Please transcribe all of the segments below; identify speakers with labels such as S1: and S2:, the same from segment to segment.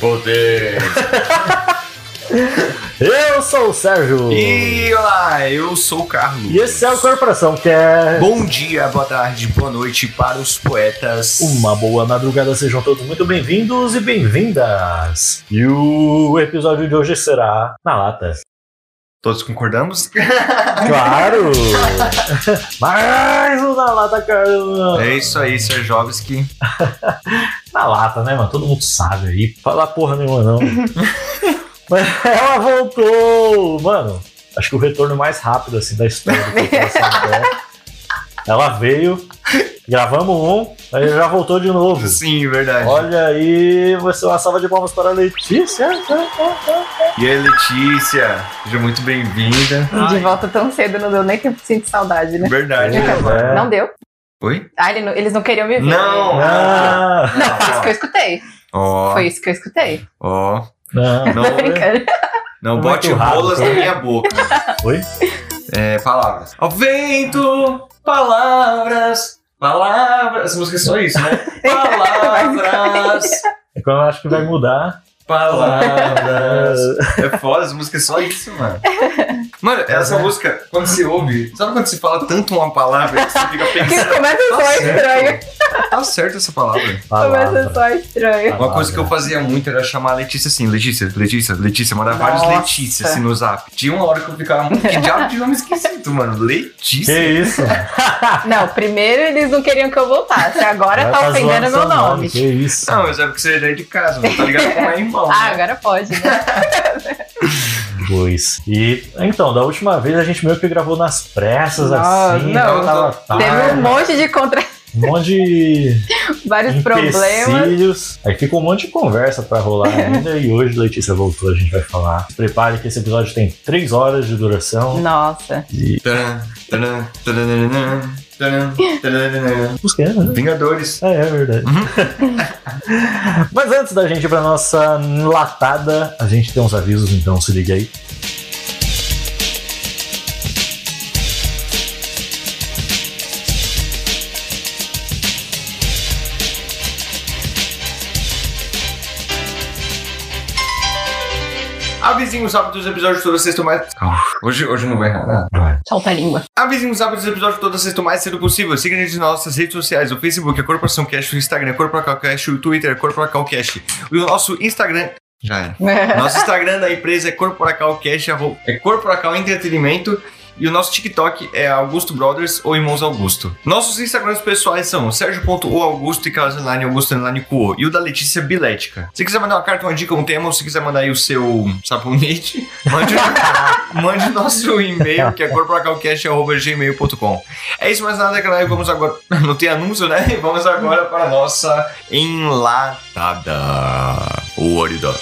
S1: poder.
S2: Eu sou o Sérgio.
S3: E olá, eu sou o Carlos.
S2: E esse é o Corporação, que é
S3: Bom dia, boa tarde, boa noite para os poetas.
S2: uma boa madrugada. Sejam todos muito bem-vindos e bem-vindas. E o episódio de hoje será na lata.
S3: Todos concordamos?
S2: Claro! Mais um na lata, Carlos.
S3: É isso aí, Serjovski.
S2: Na lata, né, mano? Todo mundo sabe aí. Fala porra nenhuma, não. Mas ela voltou! Mano, acho que o retorno mais rápido, assim, da história do Corporação é. Ela veio, gravamos um, aí já voltou de novo.
S3: Sim, verdade.
S2: Olha aí, vai ser uma salva de palmas para a Letícia.
S3: E aí, Letícia, seja muito bem-vinda.
S4: De volta tão cedo, não deu nem tempo de sentir saudade, né?
S3: Verdade.
S2: É.
S4: Não deu?
S3: Oi?
S4: Ah, ele não- eles não queriam me ver.
S3: Não.
S2: Ah,
S4: Não, foi isso que eu escutei.
S3: Ó,
S4: Foi isso que eu escutei.
S3: ó.
S2: não. é?
S3: Não,
S4: Tô brincando.
S3: não
S2: Muito
S3: bote
S2: raro,
S3: bolas
S2: cara.
S3: na minha boca.
S2: Oi?
S3: É, palavras. Ó, vento, palavras, palavras. Essa música é só isso, né? Palavras,
S2: É quando eu acho que vai mudar.
S3: palavras. É foda, essa música é só isso, mano. Mano, essa música, quando se ouve, sabe quando se fala tanto uma palavra que você fica
S4: Que
S3: pensando.
S4: começa só estranho.
S3: Tá certo essa palavra.
S2: Tá
S4: Começa
S2: Palavra.
S4: só estranho.
S3: Uma coisa que eu fazia muito era chamar a Letícia assim, Letícia, Letícia, Letícia, mandar vários
S4: Nossa.
S3: Letícias assim no zap. Tinha uma hora que eu ficava, "Mano, que diabo de nome esquisito, mano.
S2: Que
S3: Letícia.
S2: isso?
S4: Não, primeiro eles não queriam que eu voltasse. Agora
S2: Vai
S4: tá
S2: tá
S4: ofendendo
S2: zoando
S4: meu
S2: seu
S4: nome.
S2: Que isso?
S3: Não, mas é porque você já é de casa, mano. Tá ligado como é irmão.
S4: Ah,
S3: né?
S4: agora pode, né?
S2: Dois. E então, da última vez a gente meio que gravou nas pressas,
S4: Nossa,
S2: assim.
S4: Ah, não.
S2: tava
S4: Teve um
S2: tarde,
S4: monte de contra...
S2: um monte de
S4: vários problemas.
S2: empecilhos. Aí ficou um monte de conversa pra rolar ainda. e hoje Letícia voltou, a gente vai falar. Se prepare que esse episódio tem três horas de
S4: Uhum.
S2: duração.
S4: Nossa.
S2: E.
S3: Taran, taran, taranana, taran, taranana.
S2: Música, né?
S3: Vingadores.
S2: Ah, é verdade.
S4: Uhum.
S2: Mas antes da gente ir pra nossa latada, a gente tem uns avisos, então se liga aí.
S3: Avisinho os sábados dos episódios toda sexta mais. Calma. Hoje, hoje eu não vai errar nada.
S2: Vai.
S4: Solta a língua.
S3: Avisem os hábitos do episódio toda sexta o mais cedo possível. Siga a gente nas nossas redes sociais, o Facebook, a Corporação Cash, o Instagram, a Corporação Cash, o Twitter, a Corporação Cash. E o nosso Instagram... Já era. Nosso Instagram da empresa é Corporacal Cash, arro- é Corporacal Entretenimento. E o nosso TikTok é Augusto Brothers ou Irmãos Augusto. Nossos Instagrams pessoais são Sérgio.oAugusto e Casaline Augusto Online Cuo. E o da Letícia Bilética. Se quiser mandar uma carta, uma dica, um tema, ou se quiser mandar aí o seu sabonete, mande, o- mande o nosso e-mail que é corporacalcast.gmail.com. É isso, mais nada, galera. Vamos agora. Não tem anúncio, né? E Vamos agora para a nossa enlatada. O olho da.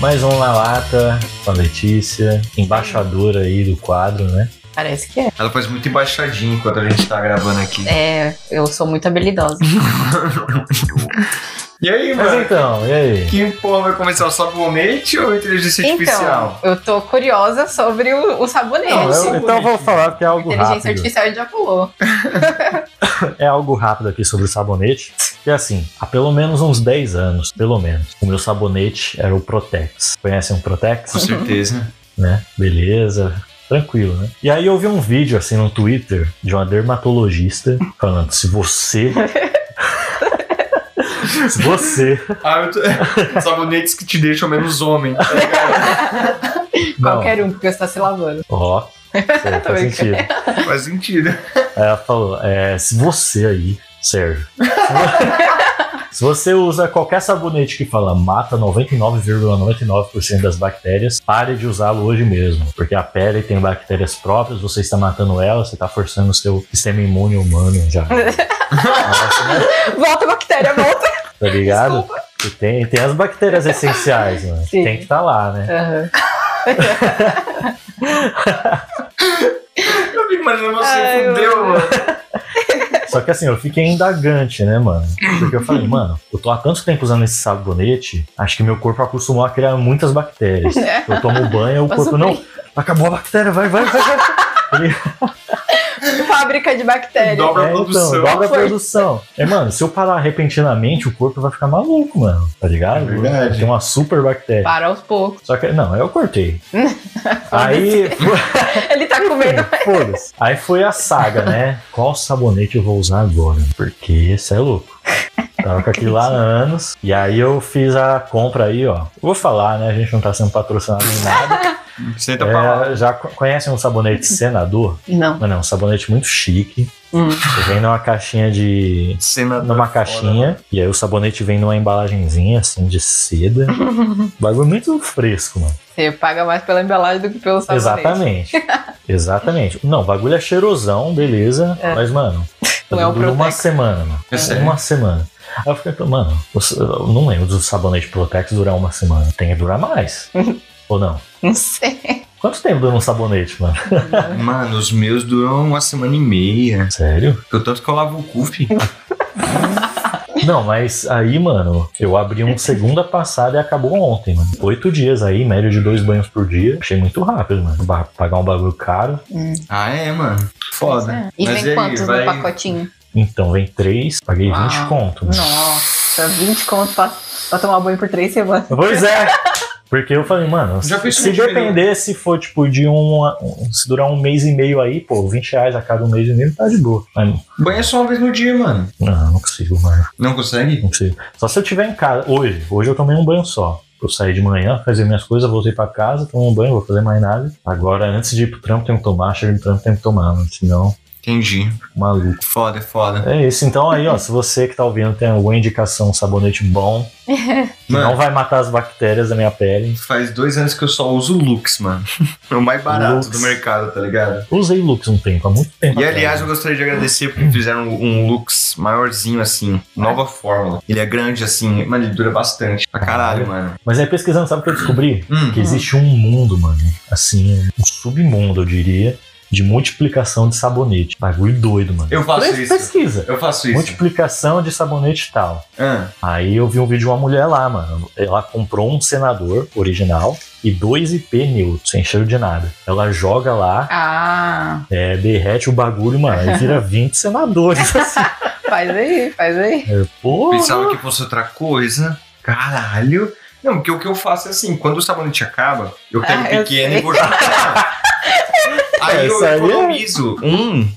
S2: Mais um na lata com a Letícia, embaixadora aí do quadro, né?
S4: Parece que é.
S3: Ela faz muito embaixadinha enquanto a gente tá gravando aqui.
S4: É, eu sou muito habilidosa.
S3: E aí,
S2: Mas
S3: mano?
S2: então, e aí?
S3: Que porra vai começar o sabonete ou inteligência
S4: Então,
S3: artificial?
S4: eu tô curiosa sobre o, o sabonete. né?
S3: Não,
S2: Então, eu, então eu vou falar porque é algo
S4: Inteligência
S2: rápido.
S4: artificial já pulou.
S2: É algo rápido aqui sobre o sabonete. E assim, há pelo menos uns 10 anos, pelo menos, o meu sabonete era o Protex. Conhecem o Protex?
S3: Com certeza.
S2: né? Beleza, tranquilo, né? E aí eu vi um vídeo assim no Twitter de uma dermatologista falando: se você. se você.
S3: ah, eu tô... Sabonetes que te deixam menos homem. tá ligado?
S2: Não,
S4: Qualquer um, porque você tá se lavando.
S2: ó. é,
S4: Tô
S2: Faz sentido. Aí
S3: Faz sentido.
S2: ela falou: é, se você aí, Sérgio. Se você usa qualquer sabonete que fala mata 99,99% das bactérias, pare de usá-lo hoje mesmo. Porque a pele tem bactérias próprias, você está matando elas, você está forçando o seu sistema imune humano já. Nossa, né?
S4: Volta, bactéria, volta.
S2: Tá ligado? E tem, tem as bactérias essenciais, né?
S4: Sim.
S2: Tem que estar lá, né?
S4: Aham.
S3: Eu fico imaginando você,
S4: Ai,
S3: fudeu,
S4: eu-
S3: mano.
S2: Só que assim, eu fiquei indagante, né, mano? Porque eu falei, mano, eu tô há tanto tempo usando esse sabonete, acho que meu corpo acostumou a criar muitas bactérias. Eu tomo banho, É. o
S4: Passou
S2: corpo, não, acabou a bactéria, vai, vai, vai. vai. Ele-
S4: Fábrica de bactérias.
S3: Dobra- a
S2: é,
S3: produção.
S2: Então, dobra a
S4: Foi.
S2: produção. É, mano, se eu parar repentinamente, o corpo vai ficar maluco, mano. Tá ligado?
S3: É verdade.
S2: Tem uma super bactéria.
S4: Para aos poucos.
S2: Só que, não, eu cortei. Aí,
S4: Ele tá comendo.
S2: foda-se. Aí foi a saga, né? Qual sabonete eu vou usar agora? Porque você é louco. Tava com aquilo lá há anos. E aí eu fiz a compra aí, ó. Vou falar, né? A gente não tá sendo patrocinado em nada.
S3: Senta pra lá.
S2: É, já co- conhecem um sabonete senador?
S4: Não.
S2: Mano, é um sabonete muito chique.
S4: Hum.
S2: Vem numa caixinha de.
S3: Cena
S2: Numa
S3: fora.
S2: caixinha, e aí o sabonete vem numa embalagenzinha assim de seda. Bagulho muito fresco, mano.
S4: Você paga mais pela embalagem do que pelo sabonete.
S2: Exatamente. Exatamente. Não, o bagulho é cheirosão, beleza.
S4: É.
S2: Mas, mano,
S4: Não é o
S2: dura uma
S4: Protex.
S2: semana, mano.
S3: É sério?
S2: Uma semana. Aí eu fiquei, mano, eu não lembro do sabonete Protex durar uma semana. Tem que durar mais. Ou não?
S4: Não sei.
S2: Quanto tempo dura um sabonete, mano?
S3: Mano, os meus duram uma semana e meia.
S2: Sério?
S3: Eu tanto que eu lavo o cu, fi.
S2: Não, mas aí, mano, eu abri um segunda passada e acabou ontem, mano. Oito dias aí, média de dois banhos por dia. Achei muito rápido, mano. Ba- pagar um bagulho caro.
S3: Ah, é, mano. Foda.
S4: É. E
S3: Mas
S4: vem
S3: aí,
S4: quantos
S3: vai-
S4: no pacotinho?
S2: Então, vem três, paguei
S4: Uau.
S2: 20 conto. Né?
S4: Nossa, 20 contos pra, pra tomar banho por três semanas.
S2: Pois é. Porque eu falei, mano,
S3: Já
S2: se,
S3: fiz
S2: se
S3: um milhão.
S2: depender se for tipo de um, um- Se durar um mês e meio aí, pô, 20 reais a cada um mês e meio tá de boa. Mas,
S3: Banha só uma vez no dia, mano.
S2: não, não consigo, mano.
S3: Não consegue?
S2: Não consigo. Só se eu tiver em casa. Hoje, hoje eu tomei um banho só. Eu saí de manhã, fazer minhas coisas, voltei pra casa, tomei um banho, vou fazer mais nada. Agora, antes de ir pro trampo, tem que tomar, chega no trampo, tem que tomar, mano. Senão,
S3: Entendi.
S2: fico maluco.
S3: Foda, é foda.
S2: É isso. Então aí, ó, se você que tá ouvindo tem alguma indicação, um sabonete bom, que não
S3: Mano,
S2: vai matar as bactérias da minha pele.
S3: faz dois anos que eu só uso Lux, mano. É o mais barato
S2: Lux.
S3: do mercado, tá ligado?
S2: Usei Lux um tempo, há muito tempo.
S3: E
S2: atrás.
S3: aliás, eu gostaria de agradecer porque fizeram um Lux maiorzinho assim, nova fórmula. Ele é grande assim, mano, ele dura bastante. Pra caralho, mano.
S2: Mas aí pesquisando, sabe o que eu descobri?
S3: Hum.
S2: Que existe um mundo, mano, assim, um submundo, eu diria, de multiplicação de sabonete. Bagulho doido, mano.
S3: Eu faço
S2: Pes-
S3: isso.
S2: Pesquisa.
S3: Eu faço isso.
S2: Multiplicação de sabonete e tal.
S3: Ah,
S2: Aí eu vi um vídeo de uma mulher lá, mano. Ela comprou um senador original e dois IP neutros, sem cheiro de nada. Ela joga lá,
S4: Ah,
S2: é, derrete o bagulho, mano, e vira 20 senadores. Assim.
S4: faz aí, faz aí.
S2: É, porra.
S3: pensava
S4: Uhum.
S3: que fosse outra coisa. Caralho. Não, porque o que eu faço é assim, quando o sabonete acaba, eu pego
S4: Ah, eu
S3: pequeno
S4: sei.
S3: e vou jogar. aí eu
S2: Essa aí é-
S3: economizo um,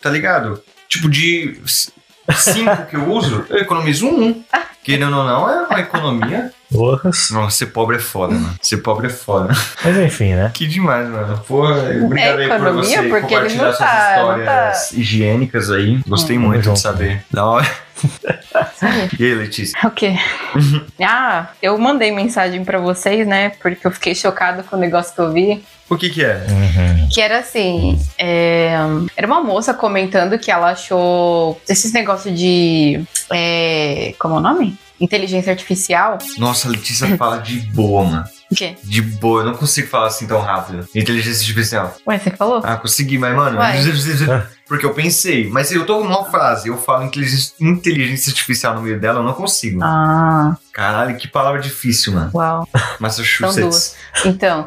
S3: tá ligado? Tipo, de c- cinco que eu uso, eu economizo um. Querendo ou não, é uma economia.
S2: Porra.
S3: Nossa, ser pobre é foda, mano. Ser pobre é foda.
S2: Mas enfim, né?
S3: Que demais, mano. Porra, obrigado aí por
S4: É economia,
S3: você
S4: porque ele
S3: compartilhar
S4: não
S3: suas
S4: tá-
S3: histórias higiênicas aí. Gostei
S2: Tamo
S3: muito
S2: junto.
S3: de saber. Da hora. E aí, Letícia?
S4: É O quê?
S3: Uhum.
S4: ah, eu mandei mensagem pra vocês, né? Porque eu fiquei chocada com o negócio que eu vi.
S3: O que que é?
S2: Uhum.
S4: Que era assim, é, era uma moça comentando que ela achou esses negócios de. é, como é o nome? Inteligência artificial.
S3: Nossa, a Letícia fala de boa, mano.
S4: O quê?
S3: De boa, eu não consigo falar assim tão rápido. Inteligência artificial.
S4: Ué, você falou?
S3: Ah, consegui, mas, mano.
S4: Vai.
S3: Porque eu pensei, mas eu tô numa frase, eu falo inteligência, inteligência artificial no meio dela, eu não consigo.
S4: Ah,
S3: Caralho, que palavra difícil, mano.
S4: uau. São
S3: Massachusetts.
S4: Então,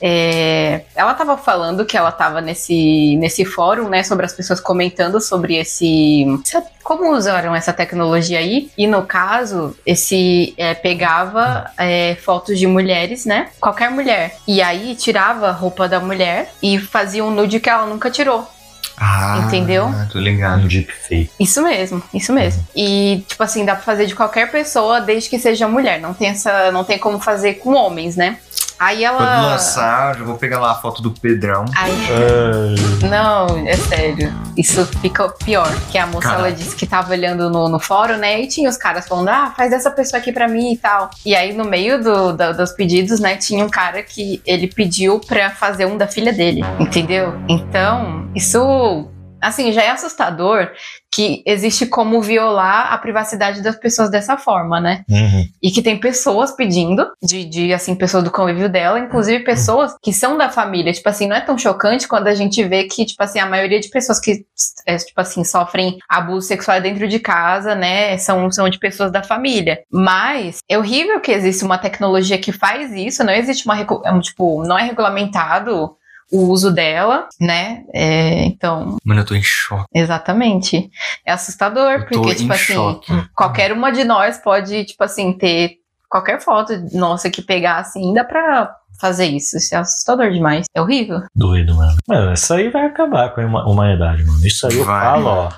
S4: é, ela tava falando que ela tava nesse, nesse fórum, né, sobre as pessoas comentando sobre esse. essa- como usaram essa tecnologia aí. E no caso, esse é, pegava é, fotos de mulheres, né? Qualquer mulher. E aí tirava a roupa da mulher e fazia um nude que ela nunca tirou.
S3: Ah,
S4: Entendeu?
S3: Tô ligado.
S2: Um deep fake.
S4: Isso mesmo, isso mesmo. E, tipo assim, dá pra fazer de qualquer pessoa desde que seja mulher. Não tem essa. Não tem como fazer com homens, né? Aí ela.
S3: Quando lançar, eu vou pegar lá a foto do Pedrão.
S4: Aí
S2: Ah,
S4: Não, é sério. Isso fica pior. Que a moça
S3: Caralho.
S4: ela disse que tava olhando no, no fórum, né? E tinha os caras falando, ah, faz essa pessoa aqui pra mim e tal. E aí, no meio do- da- dos pedidos, né, tinha um cara que ele pediu pra fazer um da filha dele. Entendeu? Então, isso. assim, já é assustador que existe como violar a privacidade das pessoas dessa forma, né?
S2: Uhum.
S4: E que tem pessoas pedindo, de, de, assim, pessoas do convívio dela,
S3: Uhum.
S4: inclusive pessoas que são da família. Tipo assim, não é tão chocante quando a gente vê que, tipo assim, a maioria de pessoas que, é, tipo assim, sofrem abuso sexual dentro de casa, né, são, são de pessoas da família. Mas é horrível que existe uma tecnologia que faz isso, não existe uma, recu- é um, tipo, não é regulamentado o uso dela, né? É, então,
S3: Mano, eu tô em choque.
S4: exatamente. É assustador,
S3: Eu tô
S4: porque,
S3: em
S4: tipo assim,
S3: choque.
S4: qualquer uma de nós pode, tipo assim, ter qualquer foto nossa que pegar assim, dá pra fazer isso. Isso é assustador demais. É horrível.
S2: Doido, mano. Mano, isso aí vai acabar com a huma- humanidade, mano. Isso aí eu
S3: Vai,
S2: falo, ó.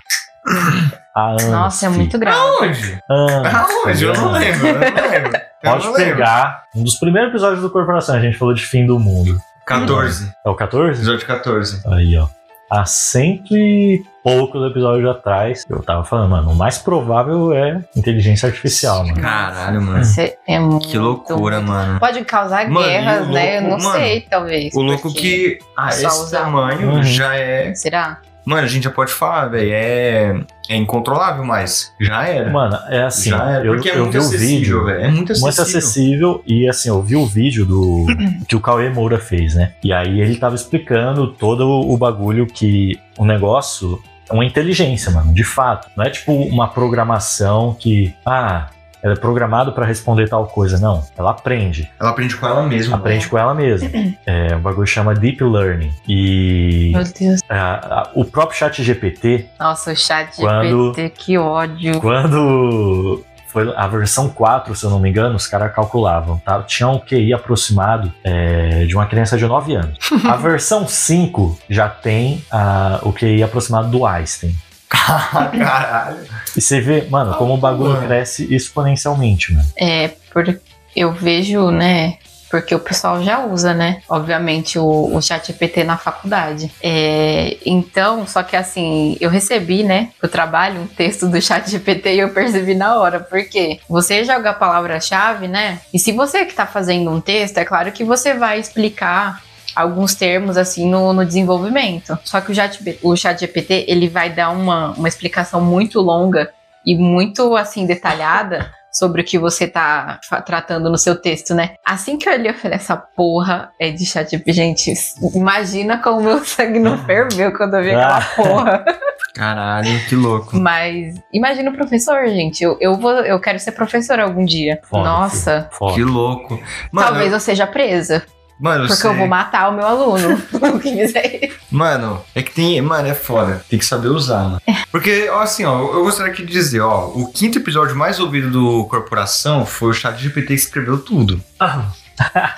S2: Há
S3: Ah,
S2: anos,
S4: Nossa, é
S2: fi.
S4: muito grave.
S3: Aonde?
S2: Anos,
S3: Aonde? Eu não
S2: anos.
S3: lembro, eu não lembro. Eu
S2: Pode
S3: não lembro.
S2: pegar um dos primeiros episódios do Corporação, a gente falou de fim do mundo.
S3: 14.
S2: É o 14?
S3: Episódio 14.
S2: Aí, ó. Há cento e poucos episódios atrás, eu tava falando, mano, o mais provável é inteligência artificial, mano.
S3: Caralho, mano.
S4: Isso é- é muito.
S3: Que loucura, mano.
S4: Pode causar
S3: Mano,
S4: guerras,
S3: e o
S4: né? Eu não
S3: louco- mano,
S4: sei, talvez.
S3: O louco que
S4: porque-
S3: a
S4: só
S3: esse
S4: usar.
S3: tamanho
S2: Uhum.
S3: já é.
S4: Será?
S3: Mano, a gente já pode falar, velho. É... é incontrolável, mas já era.
S2: Mano, é assim,
S3: já era.
S2: eu,
S3: Porque é
S2: eu vi
S3: muito
S2: o vídeo.
S3: acessível, velho. É muito acessível.
S2: muito acessível e assim, eu vi o vídeo do que o Cauê Moura fez, né? E aí ele tava explicando todo o o bagulho que o negócio é uma inteligência, mano, de fato. Não é tipo uma programação que, ah, ela é programado pra responder tal coisa, não. Ela aprende,
S3: Ela aprende com ela mesma. né?
S2: aprende com ela mesma. É, o bagulho chama deep learning e
S4: Meu Deus.
S2: ah, ah, o próprio chat GPT
S4: Nossa, o chat
S2: Quando-
S4: GPT, que ódio.
S2: Quando foi a versão 4, se eu não me engano, os caras calculavam, tá? Tinha um QI aproximado é, de uma criança de 9 anos. A versão 5 já tem ah, o QI aproximado do Einstein.
S3: Caralho.
S2: E você vê, mano, como o bagulho
S3: Mano.
S2: cresce exponencialmente, mano.
S4: É, por, eu vejo, né? Porque o pessoal já usa, né? Obviamente, o, o chat GPT na faculdade. É, então, só que assim, eu recebi, né? Eu trabalho um texto do chat GPT e eu percebi na hora. Porque você joga a palavra-chave, né? E se você que tá fazendo um texto, é claro que você vai explicar alguns termos assim no, no desenvolvimento. Só que o chat, o chat GPT, ele vai dar uma, uma explicação muito longa e muito assim detalhada sobre o que você tá fa- tratando no seu texto, né? Assim que eu olhei, eu falei, essa porra é de chat GPT. Gente, s- imagina como meu sangue não ferveu quando eu vi aquela
S2: Ah.
S4: porra.
S3: Caralho, que louco.
S4: Mas imagina o professor, gente. Eu, eu, vou, eu quero ser professor algum dia.
S2: Foda,
S4: Nossa.
S2: filho. Foda.
S3: Que louco. Mano,
S4: Talvez
S3: eu-
S4: eu seja presa,
S3: mano, eu
S4: porque
S3: sei.
S4: eu vou matar o meu aluno. O que dizer?
S3: Mano, é que tem. Mano, é foda. Tem que saber usar, mano.
S4: É.
S3: Porque, ó, assim, ó, eu gostaria aqui de dizer, ó, o quinto episódio mais ouvido do Corporação foi o Chat GPT que escreveu tudo.
S2: Ah.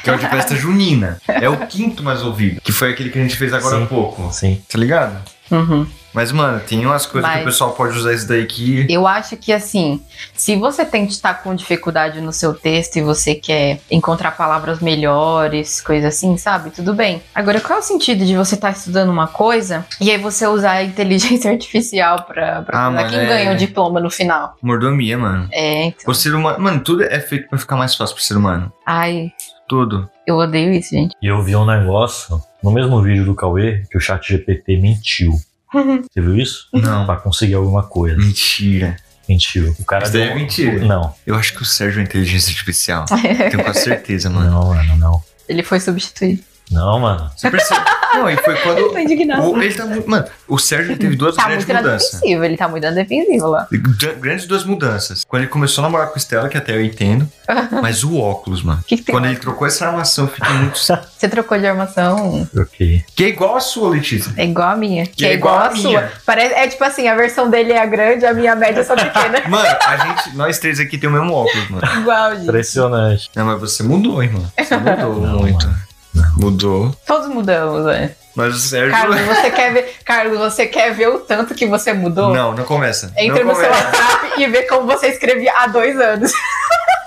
S3: Que é o de festa junina. É o quinto mais ouvido. Que foi aquele que a gente fez agora
S2: Sim.
S3: há pouco.
S2: Sim.
S3: Tá ligado?
S4: Uhum.
S3: Mas, mano, tem umas coisas que
S4: Mas-
S3: o pessoal pode usar isso daí que.
S4: Eu acho que assim, se você tem que estar com dificuldade no seu texto e você quer encontrar palavras melhores, coisa assim, sabe? Tudo bem. Agora, qual é o sentido de você estar estudando uma coisa e aí você usar a inteligência artificial pra, pra
S3: Ah,
S4: pra
S3: mas
S4: quem
S3: é-
S4: ganha o diploma no final?
S3: Mordomia, mano.
S4: É, então.
S3: O ser humano. Mano, tudo é feito pra ficar mais fácil pro ser humano.
S4: Ai,
S3: Tudo.
S4: eu odeio isso, gente.
S2: E eu vi um negócio no mesmo vídeo do Cauê que o chat GPT mentiu. Você viu isso?
S3: Não.
S2: Pra conseguir alguma coisa.
S3: Mentira.
S2: Mentiu. O cara
S3: Hum. Isso daí
S2: deu- um
S3: é mentira.
S2: Não,
S3: Eu acho que o Sérgio é inteligência artificial. Tenho quase certeza, mano.
S2: não, mano, não.
S4: Ele foi substituído.
S2: Não, mano.
S3: Você percebe? Não, e foi
S4: Eu
S3: quando.
S4: tô indignado.
S3: o- ele tá muito. Mano, o Sérgio ele teve duas
S4: Tá
S3: grandes
S4: muito na
S3: mudanças.
S4: defensiva, ele tá muito na defensiva lá.
S3: Gra- Grandes duas mudanças. Quando ele começou a namorar com a Estela, que até eu entendo. Mas o óculos, mano.
S4: O que, que tem?
S3: Quando ele trocou essa armação, eu fiquei muito.
S4: Você trocou de armação?
S2: Ok.
S3: Que é igual a sua, Letícia.
S4: É igual a minha. Que,
S3: é
S4: é igual,
S3: igual à
S4: a sua.
S3: minha.
S4: Parece, é tipo assim, a versão dele é a grande, a minha média é só pequena.
S3: Mano, a gente. Nós três aqui tem o mesmo óculos, mano.
S4: Igual, gente.
S2: Impressionante.
S3: Não, mas você mudou, irmão. Você mudou
S2: Não,
S3: muito. Mudou.
S4: Todos mudamos, né?
S3: Mas o Sérgio.
S4: Carlos, você quer ver. Carlos, você quer ver o tanto que você mudou?
S3: Não, não começa.
S4: Entra
S3: não
S4: no seu
S3: começa.
S4: WhatsApp e vê como você escrevia há dois anos.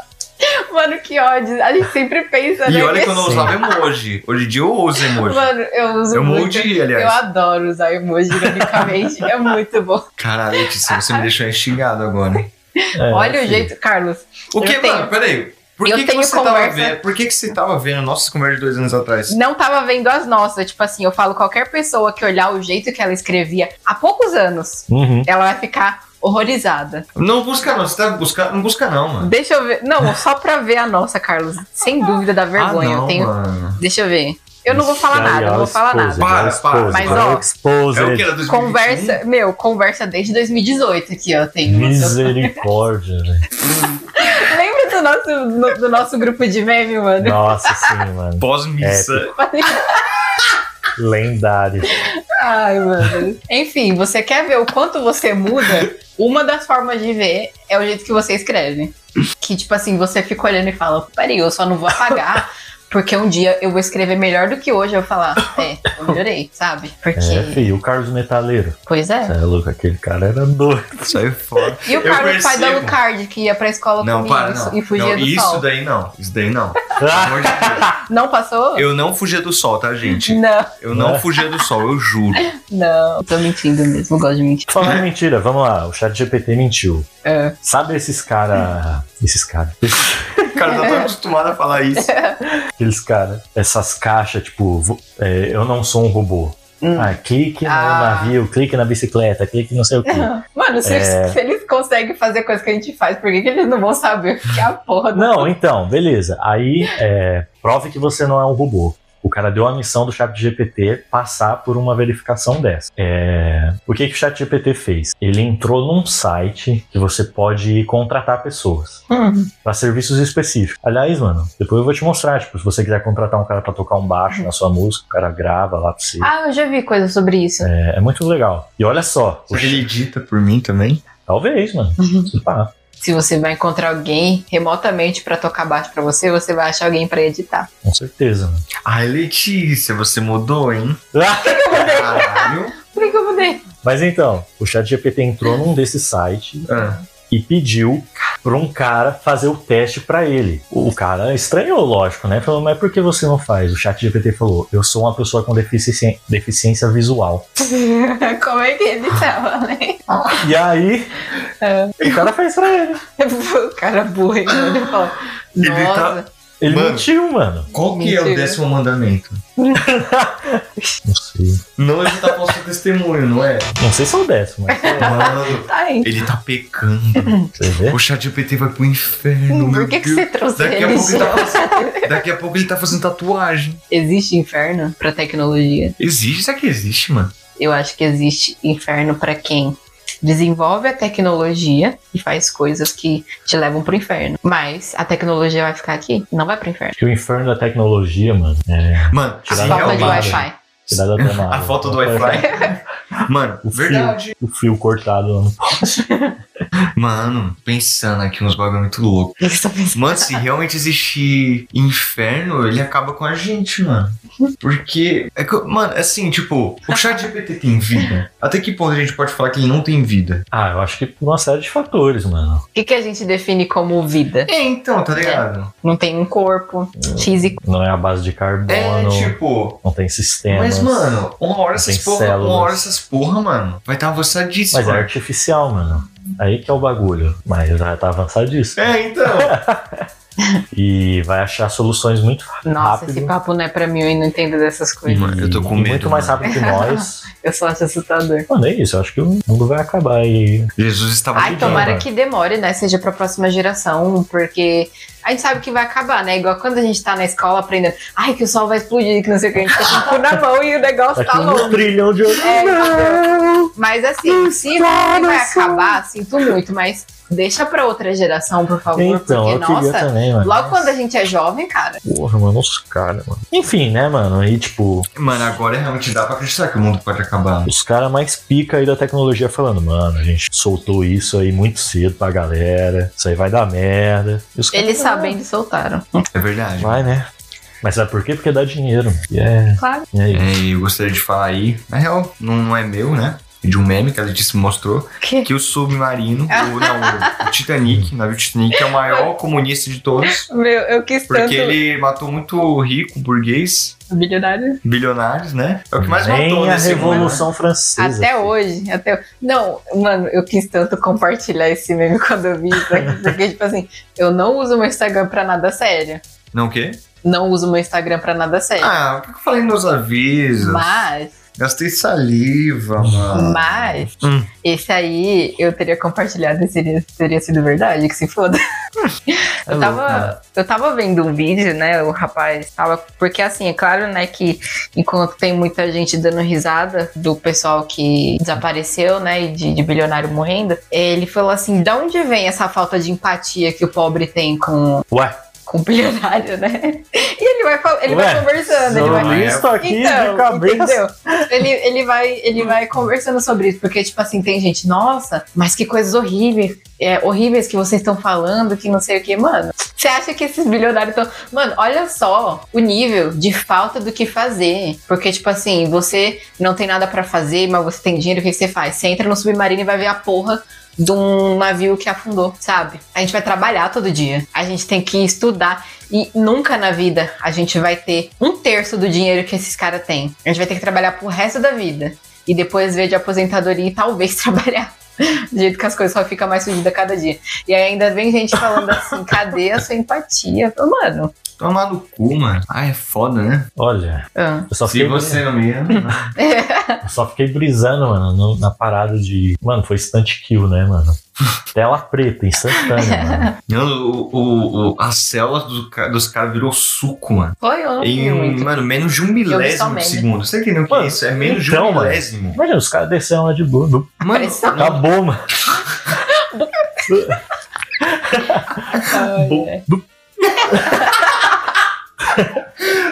S4: Mano, que ódio. A gente sempre pensa,
S3: E
S4: né?
S3: olha que eu não
S2: Sim.
S3: usava emoji. Hoje em dia eu uso emoji.
S4: Mano, eu uso
S3: eu
S4: muito.
S3: mudei, aliás.
S4: Eu adoro usar emoji ironicamente. é muito bom.
S3: Caralho, Letícia, você me deixou instigado agora.
S2: É,
S4: Olha o
S2: filho.
S4: jeito, Carlos.
S3: O
S4: Eu
S3: que,
S4: tenho.
S3: mano? Peraí. Por
S4: Eu
S3: que, que
S4: tenho
S3: você tava
S4: conversa-
S3: vendo? Por que, que você tava vendo nossas conversas de dois anos atrás?
S4: Não tava vendo as nossas. Tipo assim, eu falo, qualquer pessoa que olhar o jeito que ela escrevia há poucos anos,
S2: Uhum.
S4: ela vai ficar horrorizada.
S3: Não busca, não. Você tá buscando. Não busca, não, mano.
S4: Deixa eu ver. Não, só pra ver a nossa, Carlos. Sem dúvida da vergonha.
S3: ah, não,
S4: eu tenho.
S3: mano.
S4: Deixa eu ver. Eu não vou
S2: Ixi,
S4: falar
S2: aí,
S4: nada,
S2: ó, né?
S4: não vou falar
S2: exposed,
S4: nada.
S3: nada.
S2: ó,
S3: Para,
S2: exposed,
S3: para,
S4: para.
S2: ó,
S4: Mas, ó,
S3: É o que?
S2: Exposed.
S3: Era 2021?
S4: Conversa, meu, conversa desde 2018 aqui, ó. Tem no seu-
S2: Misericórdia, velho.
S4: Lembra do nosso, no- do nosso grupo de meme, mano?
S2: Nossa sim, mano.
S3: Pós-missa.
S2: Lendário.
S4: Ai, mano. Enfim, você quer ver o quanto você muda? Uma das formas de ver é o jeito que você escreve. Que, tipo assim, você fica olhando e fala: peraí, eu só não vou apagar. Porque um dia eu vou escrever melhor do que hoje. Eu vou falar, é, eu melhorei, sabe? Porque.
S2: É, filho, o Carlos Metaleiro.
S4: Pois
S2: Você
S4: é.
S2: é louco, aquele cara era doido.
S3: Saiu fora.
S4: E o
S3: é Eu
S4: cara, o pai da
S3: percebo.
S4: Lucard, que ia pra escola
S3: Não,
S4: comigo
S3: para, não.
S4: e fugia
S3: Não,
S4: do
S3: isso
S4: sol. Tá,
S3: daí não. Isso daí não. Pelo
S2: Ah,
S3: amor de Deus.
S4: Não passou?
S3: Eu não fugia do sol, tá, gente?
S4: Não,
S3: Eu não fugia do sol, eu juro.
S4: não. Tô mentindo mesmo, eu gosto de mentir.
S2: Falando mentira, vamos lá. O chat GPT mentiu.
S4: É.
S2: Sabe esses cara... Esses cara...
S3: Cara, eu tô tão acostumado a falar isso.
S2: Aqueles cara... Essas caixas, tipo... vo- é, eu não sou um robô.
S4: Hum.
S2: Ah, clique no
S4: Ah.
S2: navio, clique na bicicleta, clique não sei o quê.
S4: Mano, se,
S2: É.
S4: se eles conseguem fazer coisa que a gente faz, por que, que eles não vão saber o que é a porra do...
S2: Não, então, beleza. Aí, é, prove que você não é um robô. O cara deu a missão do chat GPT passar por uma verificação dessa. É, o que, que o chat GPT fez? Ele entrou num site que você pode contratar pessoas
S4: Hum.
S2: para serviços específicos. Aliás, mano, depois eu vou te mostrar. Tipo, se você quiser contratar um cara para tocar um baixo na sua música, o cara grava lá pra você.
S4: Ah, eu já vi coisa sobre isso.
S2: É, é muito legal. E olha só, o
S3: Será que
S2: chat-
S3: ele edita por mim também?
S2: talvez, mano. Pá.
S4: Se você vai encontrar alguém remotamente pra tocar baixo pra você, você vai achar alguém pra editar.
S2: com certeza, mano.
S3: Ai, Letícia, você mudou, hein? Caralho.
S4: Por que que eu mudei?
S2: Mas então, o ChatGPT entrou num desses sites
S3: Ah,
S2: e pediu pra um cara fazer o teste pra ele. O cara estranhou, lógico, né? Falou, mas por que você não faz? O ChatGPT falou, eu sou uma pessoa com deficiência, deficiência visual.
S4: Como é que ele tava, né?
S2: E aí, o cara fez pra ele.
S4: O cara burro, hein, mano? Ele falou,
S3: Ele tá-
S4: nossa,
S2: Ele
S3: Mano.
S2: mentiu, mano.
S3: qual que é o
S4: Mentira.
S3: décimo mandamento?
S2: Não sei.
S3: Não evitar falso testemunho, não é?
S2: Não sei se é o décimo, mas
S3: Mano,
S4: tá aí.
S3: ele tá pecando.
S2: você vê.
S3: O chat GPT vai pro inferno.
S4: Hum, Por
S3: meu
S4: que, que
S3: Deus.
S4: você trouxe
S3: Daqui a pouco ele
S4: religião?
S3: tá fazendo, daqui a pouco ele tá fazendo tatuagem.
S4: Existe inferno pra tecnologia?
S3: Existe, será que existe, mano?
S4: Eu acho que existe inferno pra quem desenvolve a tecnologia e faz coisas que te levam pro inferno. Mas a tecnologia vai ficar aqui, não vai pro inferno.
S2: Acho que o inferno da tecnologia, mano, é
S3: Mano,
S2: Tirar
S3: se
S2: da
S4: Falta de
S2: tomada.
S3: realmente.
S4: Wi-Fi.
S2: cidade da tomada.
S3: A foto do Wi-Fi. Mano,
S2: O fio.
S3: verdade.
S2: O fio cortado lá no
S3: Mano, pensando aqui uns bagulho muito louco.
S4: O que você tá pensando?
S3: Mano, se realmente existir inferno, ele acaba com a gente, mano. Porque, é que eu- mano, assim, tipo, o chat GPT tem vida? Até que ponto a gente pode falar que ele não tem vida?
S2: Ah, eu acho que por uma série de fatores, mano.
S4: O que, que a gente define como vida?
S3: É, então, tá ligado?
S4: Não tem um corpo físico.
S2: Não é a base de carbono.
S3: É, tipo...
S2: Não tem sistema.
S3: Mas, mano, uma hora essas
S2: Tem
S3: porra,
S2: células.
S3: uma hora essas porra, mano, vai estar tá avançadíssimo.
S2: Mas é artificial, mano. Aí que é o bagulho. Mas já tá avançadíssimo.
S3: É, então.
S2: E vai achar soluções muito
S4: Nossa,
S2: Rápido. Hum.
S4: esse papo é não é pra mim, eu ainda entendo dessas coisas.
S3: Mano, eu tô com medo,
S2: muito mais
S3: mano.
S2: rápido que nós.
S4: Eu só acho assustador.
S2: Mano, é isso. Eu acho que o mundo vai acabar aí.
S3: Jesus estava
S4: Ai,
S3: ligando,
S4: tomara
S3: mano.
S4: que demore, né? Seja pra próxima geração, porque a gente sabe que vai acabar, né? Igual quando a gente tá na escola aprendendo, ai, que o sol vai explodir, que não sei o que, a gente tá com o cu na mão e o negócio
S2: Daqui
S4: tá
S2: um
S4: longe.
S2: trilhão de anos.
S4: É, entendeu? mas assim, se não vai acabar, sinto muito, mas deixa pra outra geração, por favor,
S2: Então,
S4: porque,
S2: eu queria
S4: nossa,
S2: também, mano.
S4: logo quando a gente é jovem, cara,
S2: Porra, mano, os caras, mano. Enfim, né, mano? Aí, tipo,
S3: Mano, agora realmente dá pra acreditar que o mundo pode acabar.
S2: os caras mais pica aí da tecnologia falando, mano, a gente soltou isso aí muito cedo pra galera. Isso aí vai dar merda. E os caras,
S4: eles
S2: "Ah,
S4: sabendo soltaram.
S3: É verdade.
S2: Vai, né? Mas sabe por quê? Porque dá dinheiro. mano. E é.
S4: Claro.
S2: E aí?
S3: É, eu gostaria de falar aí. Na real, não, não é meu, né? de um meme que ela disse, mostrou,
S4: Que?
S3: que o submarino, o, não, o Titanic, o navio Titanic é o maior comunista de todos.
S4: Meu, eu quis tanto.
S3: Porque ele matou muito rico, burguês,
S4: Bilionário.
S3: bilionários, né? É o que mais matou
S2: Nem a
S3: nesse né?
S2: Revolução Francesa.
S4: Até hoje, até ho- Não, mano, eu quis tanto compartilhar esse meme quando eu vi isso aqui, porque, tipo assim, eu não uso meu Instagram pra nada sério.
S3: mundo. Não o quê?
S4: Não uso meu Instagram pra nada sério.
S3: Ah, o que que eu falei nos avisos?
S4: mas,
S3: Gastei saliva, mano.
S4: mas,
S3: Hum.
S4: esse aí eu teria compartilhado e seria, teria sido verdade, que se foda. Eu tava, eu tava vendo um vídeo, né? O rapaz tava. Porque assim, é claro, né, que enquanto tem muita gente dando risada do pessoal que desapareceu, né? E de, de bilionário morrendo, ele falou assim: da onde vem essa falta de empatia que o pobre tem com,
S2: Ué,
S4: com o bilionário, né? E ele vai, fal- ele vai
S2: Ué,
S4: conversando, ele vai
S2: sou listo
S3: Então,
S2: aqui de cabeça.
S4: Então, entendeu? Ele, ele, vai, ele vai conversando sobre isso, porque, tipo assim, tem gente, nossa, mas que coisas horríveis, é, horríveis que vocês estão falando, que não sei o que, mano. Você acha que esses bilionários estão. Mano, olha só o nível de falta do que fazer. Porque, tipo assim, você não tem nada pra fazer, mas você tem dinheiro, o que que você faz? Você entra no submarino e vai ver a porra de um navio que afundou, sabe? A gente vai trabalhar todo dia, a gente tem que estudar e nunca na vida a gente vai ter um terço do dinheiro que esses caras têm. A gente vai ter que trabalhar pro resto da vida e depois ver de aposentadoria e talvez trabalhar. Do jeito que as coisas só ficam mais fodidas cada dia. E aí ainda vem gente falando assim: cadê a sua empatia? Eu falo, Mano,
S3: Tomar no cu, mano. Ah, é foda, né?
S2: olha,
S4: ah,
S2: eu é. só
S3: Se
S2: fiquei,
S3: você não me ama, né?
S2: eu só fiquei brisando, mano, no- na parada de. Mano, foi stunt kill, né, mano? Tela preta, instantânea, mano.
S3: Não, o, o, o- a célula do ca- dos caras virou suco, mano.
S4: foi ou não foi
S3: Em,
S4: muito?
S3: mano, menos de um
S4: vi só
S3: milésimo de
S4: meme.
S3: segundo. Você entendeu o que
S2: Mano,
S3: é isso? É menos de
S2: então,
S3: um
S2: mano.
S3: milésimo.
S2: Imagina, os caras desceram lá de Blue.
S3: Mano, tá
S4: Pressão.
S3: não,
S2: Acabou, mano.
S4: Ai,
S3: né?
S4: é.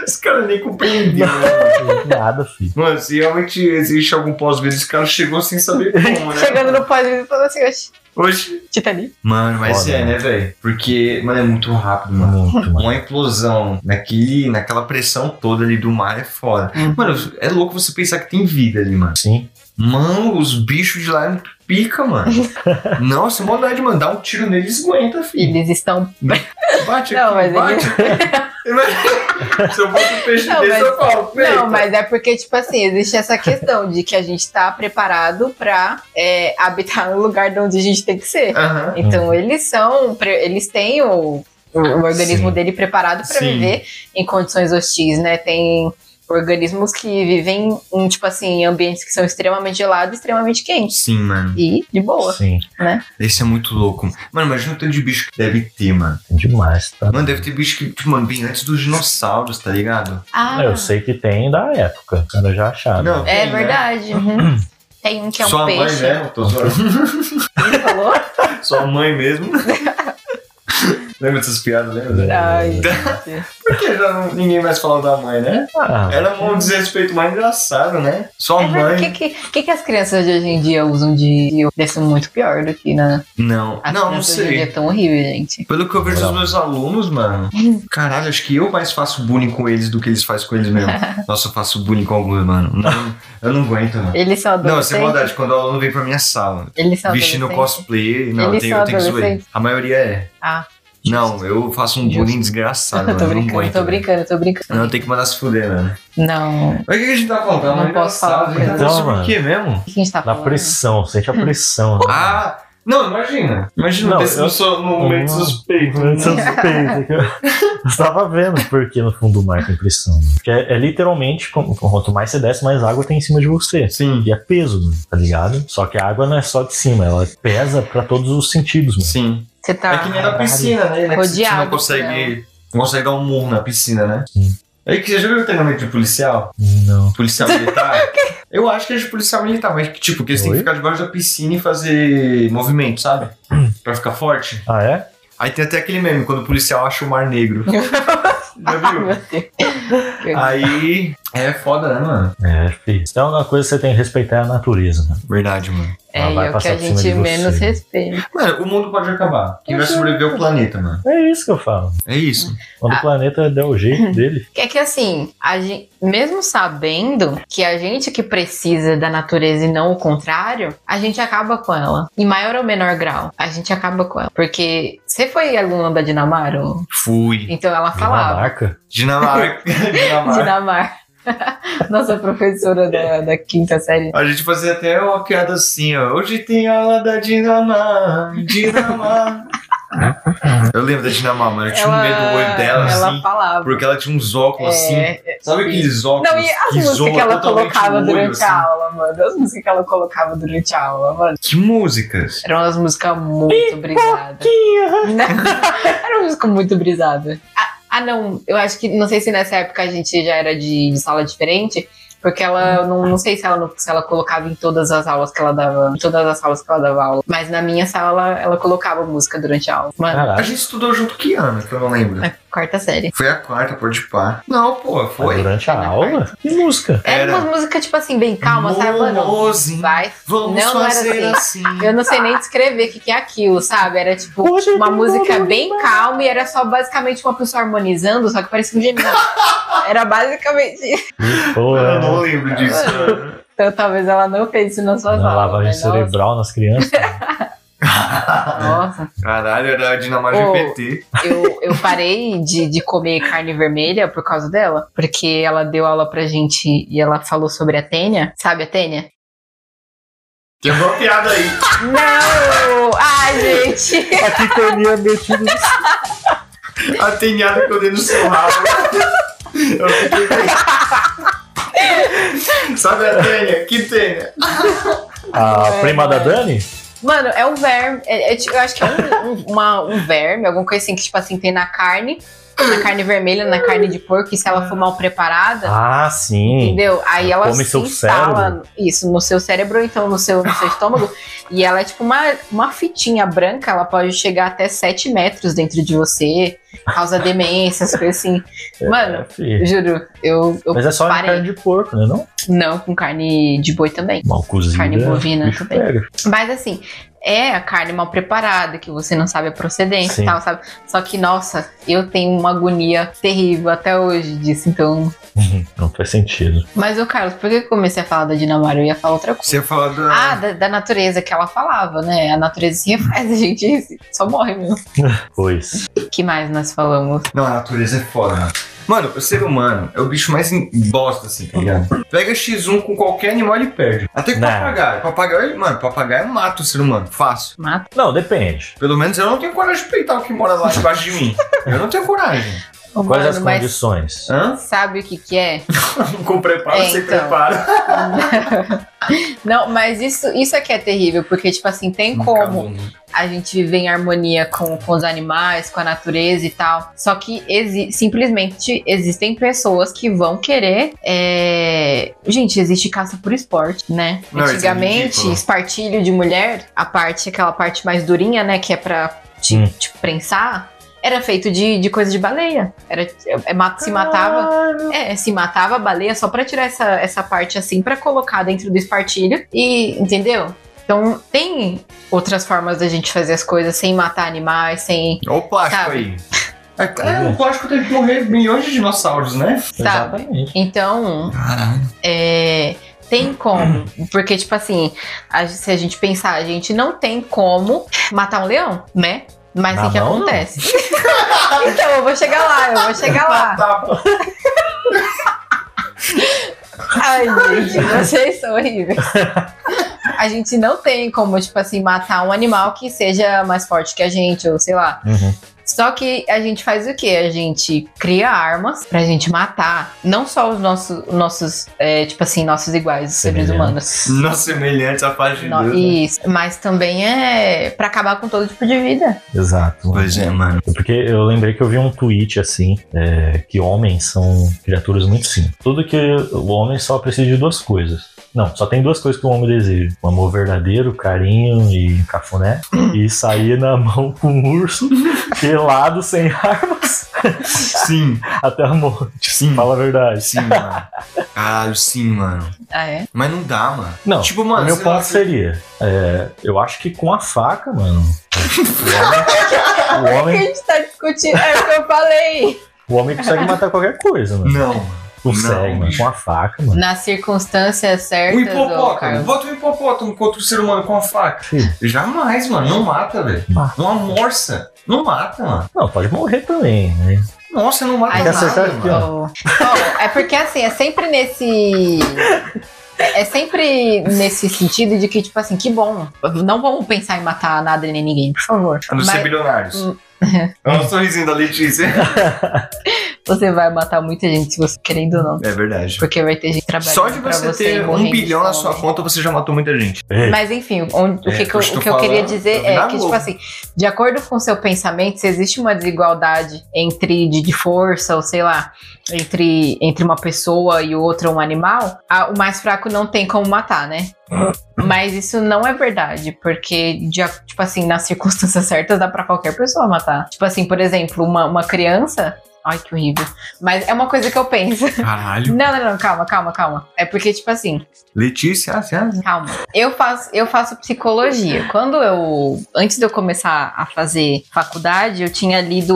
S3: os caras nem compreenderam. né,
S2: Nada, filho.
S3: Mano, se realmente existe algum pós-vida, esse cara chegou sem saber como, né?
S4: Chegando no pós-vídeo, falando assim: oxe,
S3: Hoje.
S4: Titanic.
S3: Mano, mas
S2: Foda,
S3: é, né, velho? Porque, mano, é muito rápido, mano.
S2: Muito, mano.
S3: Uma implosão naquele, naquela pressão toda ali do mar é foda. Mano, é louco você pensar que tem vida ali, mano.
S2: Sim.
S3: Mano, os bichos de lá é muito pica, mano. Nossa, maldade, mano. Dá um tiro neles aguenta, filho.
S4: Eles estão.
S3: Bate
S4: Não,
S3: aqui,
S4: mas
S3: bate aqui. Se eu boto um peixe
S4: Não,
S3: desse,
S4: mas-
S3: eu falo, "Eita."
S4: Não, mas é porque, tipo assim, existe essa questão de que a gente tá preparado pra é, habitar no lugar de onde a gente tem que ser.
S3: Aham.
S4: Então eles são, pre- eles têm o, o organismo
S2: Sim.
S4: dele preparado para
S3: Sim.
S4: viver em condições hostis, né? Tem organismos que vivem em, tipo assim, em ambientes que são extremamente gelados, e extremamente quentes.
S3: Sim, mano.
S4: E de boa.
S2: Sim.
S3: Esse é muito louco. Mano, imagina o tanto de bicho que deve ter, mano.
S2: Demais, tá?
S3: Mano, deve ter bicho que, tipo, mano, bem antes dos dinossauros, tá ligado?
S4: Ah,
S2: Eu sei que tem da época. Os caras já acharam.
S3: Não,
S4: é
S3: tem, né?
S4: verdade. uhum. Tem um que é um
S3: Sua mãe né?
S4: peixe.
S3: mesmo, tô zoando.
S4: Ele falou?
S3: Sua mãe mesmo. lembra dessas piadas,
S2: É,
S3: lembra?
S4: Ai,
S3: Porque já não- ninguém mais fala da mãe, né?
S2: Ah,
S3: Era um desrespeito mais engraçado, né? Sua
S4: É verdade. O
S3: mãe.
S4: que, que, que, que as crianças de hoje em dia usam de. de- Deve ser muito pior do que na.
S3: Não,
S4: As
S3: não, não
S4: crianças hoje em dia
S3: sei.
S4: é tão horrível, gente.
S3: Pelo que eu vejo dos
S2: Não.
S3: meus alunos, mano. Caralho, acho que eu mais faço bullying com eles do que eles fazem com eles mesmo. Nossa, eu faço bullying com alguns, mano. Não, eu não aguento, mano.
S4: Eles são
S3: Não,
S4: adolescentes.
S3: sem maldade, quando o aluno vem pra minha sala,
S4: Eles são
S3: vestindo
S4: adolescentes.
S3: cosplay, não, eu
S4: Eles
S3: tenho,
S4: são
S3: eu tenho que zoar.
S4: adolescentes.
S3: A maioria é.
S4: Ah.
S3: Não, eu faço um
S4: Justo.
S3: bullying desgraçado, mano.
S4: tô
S3: eu não
S4: brincando,
S3: aguento.
S4: tô brincando, tô brincando.
S3: Não, tem que mandar se fuder, mano.
S4: Não. O
S3: Mas o que a gente tá falando?
S4: Não
S3: É
S4: posso
S3: engraçado,
S4: falar
S3: a gente tá
S2: coisa.
S3: falando sobre
S2: Então,
S3: o quê mesmo?
S4: que a gente tá
S2: Na
S4: falando?
S2: pressão, sente a pressão. né?
S3: Ah, não, imagina. Imagina
S2: Não,
S3: eu desse
S2: eu-
S3: no, seu- no meio né? de
S2: Não.
S3: suspeito.
S2: Eu suspeito que eu- eu estava vendo porque no fundo do mar tem pressão. Né? Porque é, é literalmente, com- quanto mais você desce, mais água tem em cima de você.
S3: Sim,
S2: E é peso, mano, tá ligado? Só que a água não é só de cima, ela pesa pra todos os sentidos, mano.
S3: sim.
S4: Você tá.
S3: é que nem na piscina, né? né? que Você
S4: Rodeado né?
S3: não consegue, não consegue dar um murro na piscina, né?
S2: Sim.
S3: É que você já viu o treinamento de policial?
S2: Não.
S3: Policial militar? Eu acho que é de policial militar, mas que, tipo, que eles têm que
S2: Oi?
S3: ficar debaixo da piscina e fazer movimento, sabe? Pra ficar forte.
S2: Ah, é?
S3: Aí tem até aquele meme, quando o policial acha o mar negro. Já
S4: Ah,
S3: viu?
S4: meu Deus. chega.
S3: Ah, Aí é foda, né, mano?
S2: É, filho. Então, uma coisa que você tem que respeitar é a natureza, né?
S3: Verdade, mano.
S2: ela
S4: é, e
S2: vai
S4: é o que
S2: passar
S4: a
S2: por cima
S4: gente
S2: de você.
S4: menos respeita.
S3: Mano, o mundo pode acabar. Quem vai sobreviver é o planeta, mano.
S2: É isso que eu falo.
S3: É isso.
S2: Quando
S4: Ah.
S2: o planeta der o jeito dele,
S4: É que assim, a gente, mesmo sabendo que a gente que precisa da natureza e não o contrário, a gente acaba com ela. Em maior ou menor grau, a gente acaba com ela. Porque você foi aluna da Dinamarca?
S3: Fui.
S4: Então ela falava.
S2: Dinamarca.
S3: Dinamarca. Dinamarca.
S4: Dinamarca. Nossa professora da, da quinta série.
S3: A gente fazia até uma piada assim, ó. Hoje tem aula da Dinamarca. Dinamarca. Eu lembro da Dinamarca, mano. Eu tinha um medo do olho dela,
S4: ela
S3: assim.
S4: falava.
S3: Porque ela tinha uns óculos assim.
S4: É,
S3: Sabe aqueles óculos?
S4: Não, e as
S3: que zoam
S4: músicas que ela
S3: totalmente o
S4: colocava
S3: olho,
S4: durante
S3: assim?
S4: a aula, mano. As músicas que ela colocava durante a aula, mano.
S3: Que músicas?
S4: Eram umas músicas muito brisadas. Era uma música muito brisada. Ah, ah, não. Eu acho que. Não sei se nessa época a gente já era de, de sala diferente. Porque ela, não, não sei se ela, não- se ela colocava em todas as aulas que ela dava, em todas as aulas que ela dava aula. Mas na minha sala, ela colocava música durante a aula. Mano,
S3: A
S2: Caraca.
S3: gente estudou junto que ano, que eu não lembro.
S4: É. quarta série.
S3: Foi a quarta, pode pá. Não, pô, foi.
S2: Durante a
S4: Foi na
S2: aula? Que música?
S4: Era,
S3: Era.
S4: uma música, tipo assim, bem calma, sabe? Mano,
S3: Mimosinho,
S4: vai.
S3: Vamos
S4: não, não era
S3: fazer
S4: assim.
S3: assim.
S4: Eu não sei nem descrever o que, que é aquilo, sabe? Era tipo
S2: Hoje
S4: uma
S2: tem
S4: música
S2: tudo.
S4: bem calma e era só basicamente uma pessoa harmonizando, só que parecia um gemido. Era basicamente isso.
S2: Que
S3: Eu
S2: porra.
S3: não lembro disso. mano.
S4: Então talvez ela não fez isso nas
S2: Na
S4: suas aulas.
S2: lavagem
S4: mas, né? nossa,
S2: cerebral nas crianças.
S4: nossa.
S3: Caralho, era a Dinamarca
S4: Ô.
S3: GPT.
S4: Eu, eu parei de, de comer carne vermelha por causa dela, porque ela deu aula pra gente e ela falou sobre a tênia. Sabe a tênia?
S3: Tem uma piada aí.
S4: Não! Ai, gente!
S2: Aqui termina metido
S3: A tenhada que eu dei no seu rabo. Eu fiquei... Sabe a tenha? Que tenha?
S2: A
S4: É,
S2: prima da
S4: mas-
S2: Dani?
S4: Mano, é um verme. é- é ti- eu acho que é um, um- uma- um verme, alguma coisa assim que, tipo assim, tem na carne, na carne vermelha, na carne de porco, e se ela for mal preparada,
S2: Ah, sim.
S4: entendeu? Aí ela
S2: Come
S4: se
S2: seu
S4: instala isso no seu cérebro, ou então no seu, no seu estômago. e ela é tipo uma, uma fitinha branca, ela pode chegar até 7 metros dentro de você, causa demência, essas coisas assim. Mano,
S2: É, filho.
S4: juro, eu, eu
S2: Mas é só em
S4: parei.
S2: carne de porco, né? Não?
S4: não com carne de boi também.
S2: Mal cozida.
S4: Carne bovina
S2: bicho
S4: também.
S2: pega.
S4: Mas assim, é a carne mal preparada, que você não sabe a procedência
S2: Sim.
S4: e tal, sabe? Só que, nossa, eu tenho uma agonia terrível até hoje disso, então.
S2: Uhum, Não faz sentido.
S4: Mas, ô Carlos, por que eu comecei a falar da Dinamarca? Eu ia falar outra coisa.
S3: Você fala
S4: Ah,
S3: da.
S4: da, da natureza que ela falava, né? A natureza se refaz, a gente só morre mesmo.
S2: Pois.
S4: O que mais nós falamos?
S3: Não, a natureza é foda. mano. Mano, o ser humano é o bicho mais em- bosta, assim, tá ligado? Pega X1 com qualquer animal, ele perde. Até com
S2: Não.
S3: papagaio. Papagaio, ele- mano, papagaio mata o ser humano. Fácil.
S4: Mata.
S2: Não, depende.
S3: Pelo menos eu não tenho coragem de peitar o que mora lá debaixo de mim. Eu não tenho coragem.
S4: Ô,
S2: Quais
S4: mano,
S2: as
S4: mas Tá.
S2: condições?
S3: Hã?
S4: sabe o que que é?
S3: Com preparo,
S4: É,
S3: sem
S4: então.
S3: preparo.
S4: Não, mas isso, isso aqui é terrível, porque, tipo assim, tem como
S3: né?
S4: a gente viver em harmonia com, com os animais, com a natureza e tal. Só que exi- simplesmente existem pessoas que vão querer. é, Gente, existe caça por esporte, né?
S3: Não, isso é
S4: Antigamente,
S3: ridículo.
S4: espartilho de mulher, a parte, aquela parte mais durinha, né? Que é pra te,
S2: Hum.
S4: te prensar. Era feito de, de coisa de baleia. Era, é- é ma- se matava. É, se matava a baleia só pra tirar essa, essa parte assim, pra colocar dentro do espartilho e, entendeu? Então, tem outras formas da gente fazer as coisas sem matar animais, sem,
S3: Olha o plástico
S4: Sabe?
S3: aí. É, é, o plástico teve que morrer milhões de dinossauros, né?
S4: sabe?
S2: Exatamente.
S4: Então,
S3: Caralho.
S4: é, tem como.
S2: Hum.
S4: Porque, tipo assim, a- se a gente pensar, a gente não tem como matar um leão, né? Mas
S2: Na
S4: o que
S2: mão, não.
S4: acontece? então, eu vou chegar lá, eu vou chegar lá.
S3: Tá,
S4: Ai, gente, vocês são horríveis. A gente não tem como, tipo assim, matar um animal que seja mais forte que a gente, ou sei lá.
S2: Uhum.
S4: Só que a gente faz o quê? A gente cria armas pra gente matar não só os nossos, nossos é, tipo assim, nossos iguais, os seres
S2: Semelhantes.
S4: humanos.
S3: Nós semelhantes à faixa de
S4: No-
S3: Deus. né?
S4: Isso, mas também é pra acabar com todo tipo de vida.
S2: Exato. mano.
S3: Pois é, mano.
S2: Porque eu lembrei que eu vi um tweet assim, é, que homens são criaturas muito simples. Tudo que o homem só precisa de duas coisas. Não, só tem duas coisas que o homem deseja: um amor verdadeiro, carinho e cafuné. E sair na mão com um urso pelado sem armas.
S3: Sim,
S2: Até a morte.
S3: sim.
S2: Fala a verdade.
S3: Sim, mano. Caralho, sim, mano.
S4: Ah, é?
S3: Mas não dá, mano.
S2: Não,
S3: Tipo, mano,
S2: o meu
S3: sei lá,
S2: ponto seria, é, eu acho que com a faca, mano, o homem, o
S3: é
S4: O que a
S2: homem,
S4: gente tá discutindo? É o que eu falei.
S2: o homem consegue matar qualquer coisa, mano.
S3: Não, mano.
S2: Consegue,
S3: Não,
S2: mano,
S3: bicho.
S2: com a faca, mano.
S4: Nas circunstâncias
S3: Um
S4: certas, ô,
S3: hipopótamo.
S4: Carlos.
S3: Bota um hipopótamo contra o ser humano com a faca.
S2: Sim.
S3: Jamais, mano. Não mata, velho.
S2: Mata.
S3: Uma morsa. Não mata, mano.
S2: Não, pode morrer também, né?
S3: Nossa, não mata
S4: Ai,
S2: Quer
S3: nada,
S2: acertar
S3: mano.
S2: aqui, ó.
S4: Ô, ô, é porque assim, é sempre nesse. É é sempre nesse sentido de que, tipo assim, que bom. Não vamos pensar em matar nada nem ninguém, por favor.
S3: A não ser
S4: Mas
S3: bilionários.
S4: Hum.
S3: Olha o sorrisinho da Letícia.
S4: você vai matar muita gente se você querendo ou não.
S3: É verdade.
S4: Porque vai ter gente trabalhando.
S3: Só de
S4: pra
S3: você
S4: você
S3: ter um
S4: morrendo de
S3: bilhão na
S4: fome.
S3: sua conta, você já matou muita gente.
S2: Ei,
S4: Mas enfim, onde- o
S3: É,
S4: que, que eu,
S3: eu estou
S4: o que eu queria
S3: falando,
S4: dizer
S3: eu
S4: é
S3: na
S4: que,
S3: boca.
S4: tipo assim, de acordo com o seu pensamento, se existe uma desigualdade entre de, de força, ou sei lá, entre, entre uma pessoa e outra, um animal, a- o mais fraco não tem como matar, né? Mas isso não é verdade, porque, de a- tipo assim, nas circunstâncias certas dá pra qualquer pessoa matar. Tipo assim, por exemplo, uma, uma criança. Ai, que horrível. Mas é uma coisa que eu penso.
S3: Caralho.
S4: Não, não, não, calma, calma, calma. É porque, tipo assim,
S3: Letícia, ah, você-
S4: Calma. Eu faço, eu faço psicologia. Quando eu. Antes de eu começar a fazer faculdade, eu tinha lido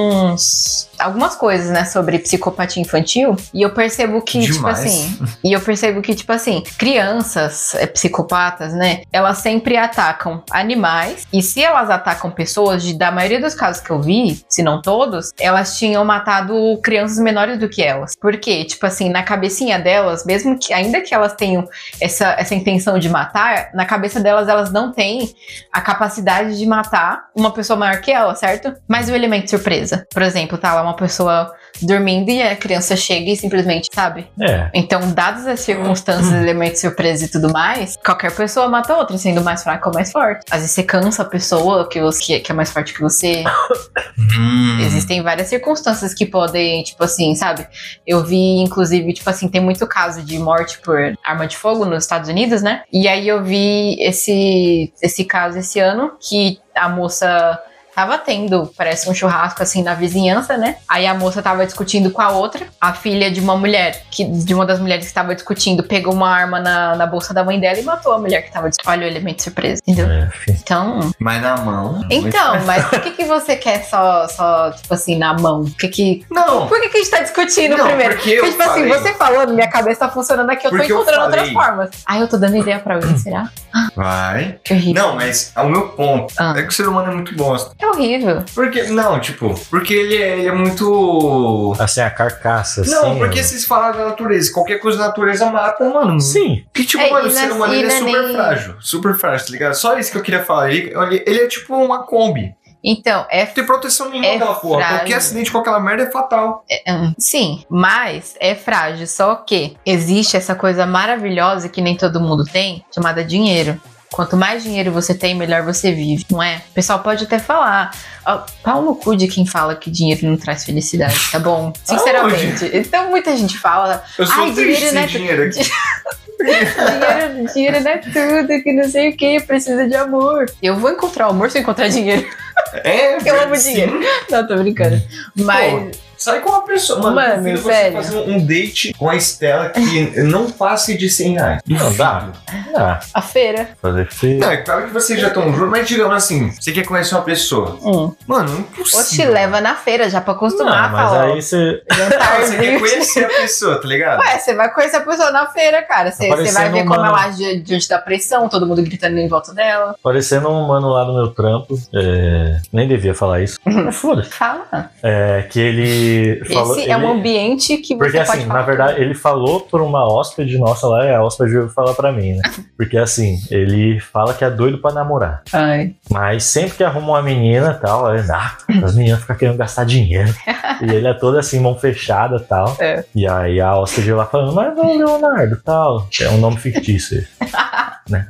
S4: alguns. algumas coisas, né, sobre psicopatia infantil. E eu percebo que, tipo
S3: Demais.
S4: assim. E eu percebo que, tipo assim, crianças é, psicopatas, né? Elas sempre atacam animais. E se elas atacam pessoas, de, da maioria dos casos que eu vi, se não todos, elas tinham matado crianças menores do que elas. Porque, tipo assim, na cabecinha delas, mesmo que. Ainda que elas tenham essa, essa intenção de matar, na cabeça delas, elas não têm a capacidade de matar uma pessoa maior que ela, certo? Mas o elemento surpresa. Por exemplo, tá lá uma pessoa dormindo e a criança chega e simplesmente, sabe?
S2: É,
S4: Então, dadas as circunstâncias, elementos surpresa e tudo mais, qualquer pessoa mata outra, sendo mais fraca ou mais forte. Às vezes você cansa a pessoa que, você, que é mais forte que você.
S3: Hum.
S4: Existem várias circunstâncias que podem, tipo assim, sabe? Eu vi, inclusive, tipo assim, tem muito caso de morte por arma de fogo nos Estados Unidos, né? E aí eu vi esse, esse caso esse ano que a moça. Tava tendo, parece um churrasco assim na vizinhança, né? Aí a moça tava discutindo com a outra, a filha de uma mulher, que de uma das mulheres que tava discutindo, pegou uma arma na, na bolsa da mãe dela e matou a mulher que tava discutindo. Olha o elemento surpresa, entendeu?
S2: é, fi-
S4: Então,
S3: Mas na mão.
S4: então, mas por que, que você quer só, só, tipo assim, na mão? Por que que...
S3: Não.
S4: Por que, que a gente tá discutindo
S3: Não,
S4: primeiro?
S3: porque eu
S4: tipo assim,
S3: falei.
S4: você falando, minha cabeça tá funcionando aqui, eu
S3: Porque
S4: tô
S3: eu
S4: encontrando outras
S3: falei.
S4: formas. Aí eu tô dando ideia pra alguém, será?
S3: Vai.
S4: Que horrível.
S3: Não, mas o meu ponto
S4: Ah.
S3: é que o ser humano é muito bosta.
S4: É horrível.
S3: Porque, não, tipo, porque ele é, ele é muito.
S2: assim, a carcaça,
S3: Não,
S2: assim,
S3: porque
S2: ó.
S3: vocês falaram da natureza, qualquer coisa da natureza mata, mano.
S2: Sim,
S3: Que tipo,
S4: É,
S3: mano,
S4: e
S3: o ser
S4: nas-
S3: humano
S4: e
S3: ele é
S4: na
S3: super
S4: nem-
S3: frágil. Super frágil, tá ligado? Só isso que eu queria falar. Ele, ele- ele é tipo uma Kombi.
S4: Então, é...
S3: Não tem proteção nenhuma
S4: É
S3: aquela porra.
S4: frágil.
S3: Qualquer acidente com aquela merda é fatal.
S4: é, hum, Sim, mas é frágil. Só que existe essa coisa maravilhosa que nem todo mundo tem, chamada dinheiro. Quanto mais dinheiro você tem, melhor você vive, não é? O pessoal pode até falar. ó, pau no cu de quem fala que dinheiro não traz felicidade, tá bom? Sinceramente. Então muita gente fala,
S3: Eu sou
S4: Ai,
S3: triste
S4: dinheiro,
S3: sem
S4: né?
S3: dinheiro aqui.
S4: Dinheiro, dinheiro não é tudo, que não sei o que, precisa de amor. Eu vou encontrar o amor se eu encontrar dinheiro.
S3: É,
S4: Eu amo
S3: sim.
S4: dinheiro. Não, tô brincando. Mas.
S3: Sai com uma pessoa. Mano,
S4: Mano,
S3: eu prefiro
S4: sério.
S3: você fazer um date com a Estela que não passe de 100 reais.
S2: Não, dá. ah,
S4: A feira.
S2: fazer feio.
S3: Não, é claro que vocês já estão juntos, mas digamos assim, você quer conhecer uma pessoa.
S4: Hum.
S3: Mano, é
S4: Ou te
S3: impossível.
S4: leva na feira já pra acostumar
S2: Não,
S4: a
S2: mas
S4: falar.
S2: aí você
S3: Não, Ah, você quer
S4: Jantarzinho.
S3: conhecer a pessoa, tá ligado?
S4: Ué, é, você vai conhecer a pessoa na feira, cara. Você,
S2: Tá
S4: você vai
S2: parecendo
S4: ver
S2: um
S4: como
S2: mano.
S4: ela age diante da pressão, todo mundo gritando em volta dela.
S2: parecendo um mano lá no meu trampo, é, nem devia falar isso, mas foda
S4: Fala.
S2: é que ele falou...
S4: Uhum. Esse é
S2: ele-
S4: um ambiente que você
S2: Porque
S4: pode
S2: assim,
S4: falar
S2: na verdade, ele falou por uma hóspede nossa lá, e a hóspede veio falar pra mim, né? Porque assim, ele fala que é doido pra namorar.
S4: tudo. Ai.
S2: Mas sempre que arruma uma menina e tal, ele, ah, as meninas ficam querendo gastar dinheiro. E ele é todo assim, mão fechada e tal.
S4: É.
S2: E aí a hóspede lá falando, mas não, Leonardo tal. É um nome fictício. ele. né?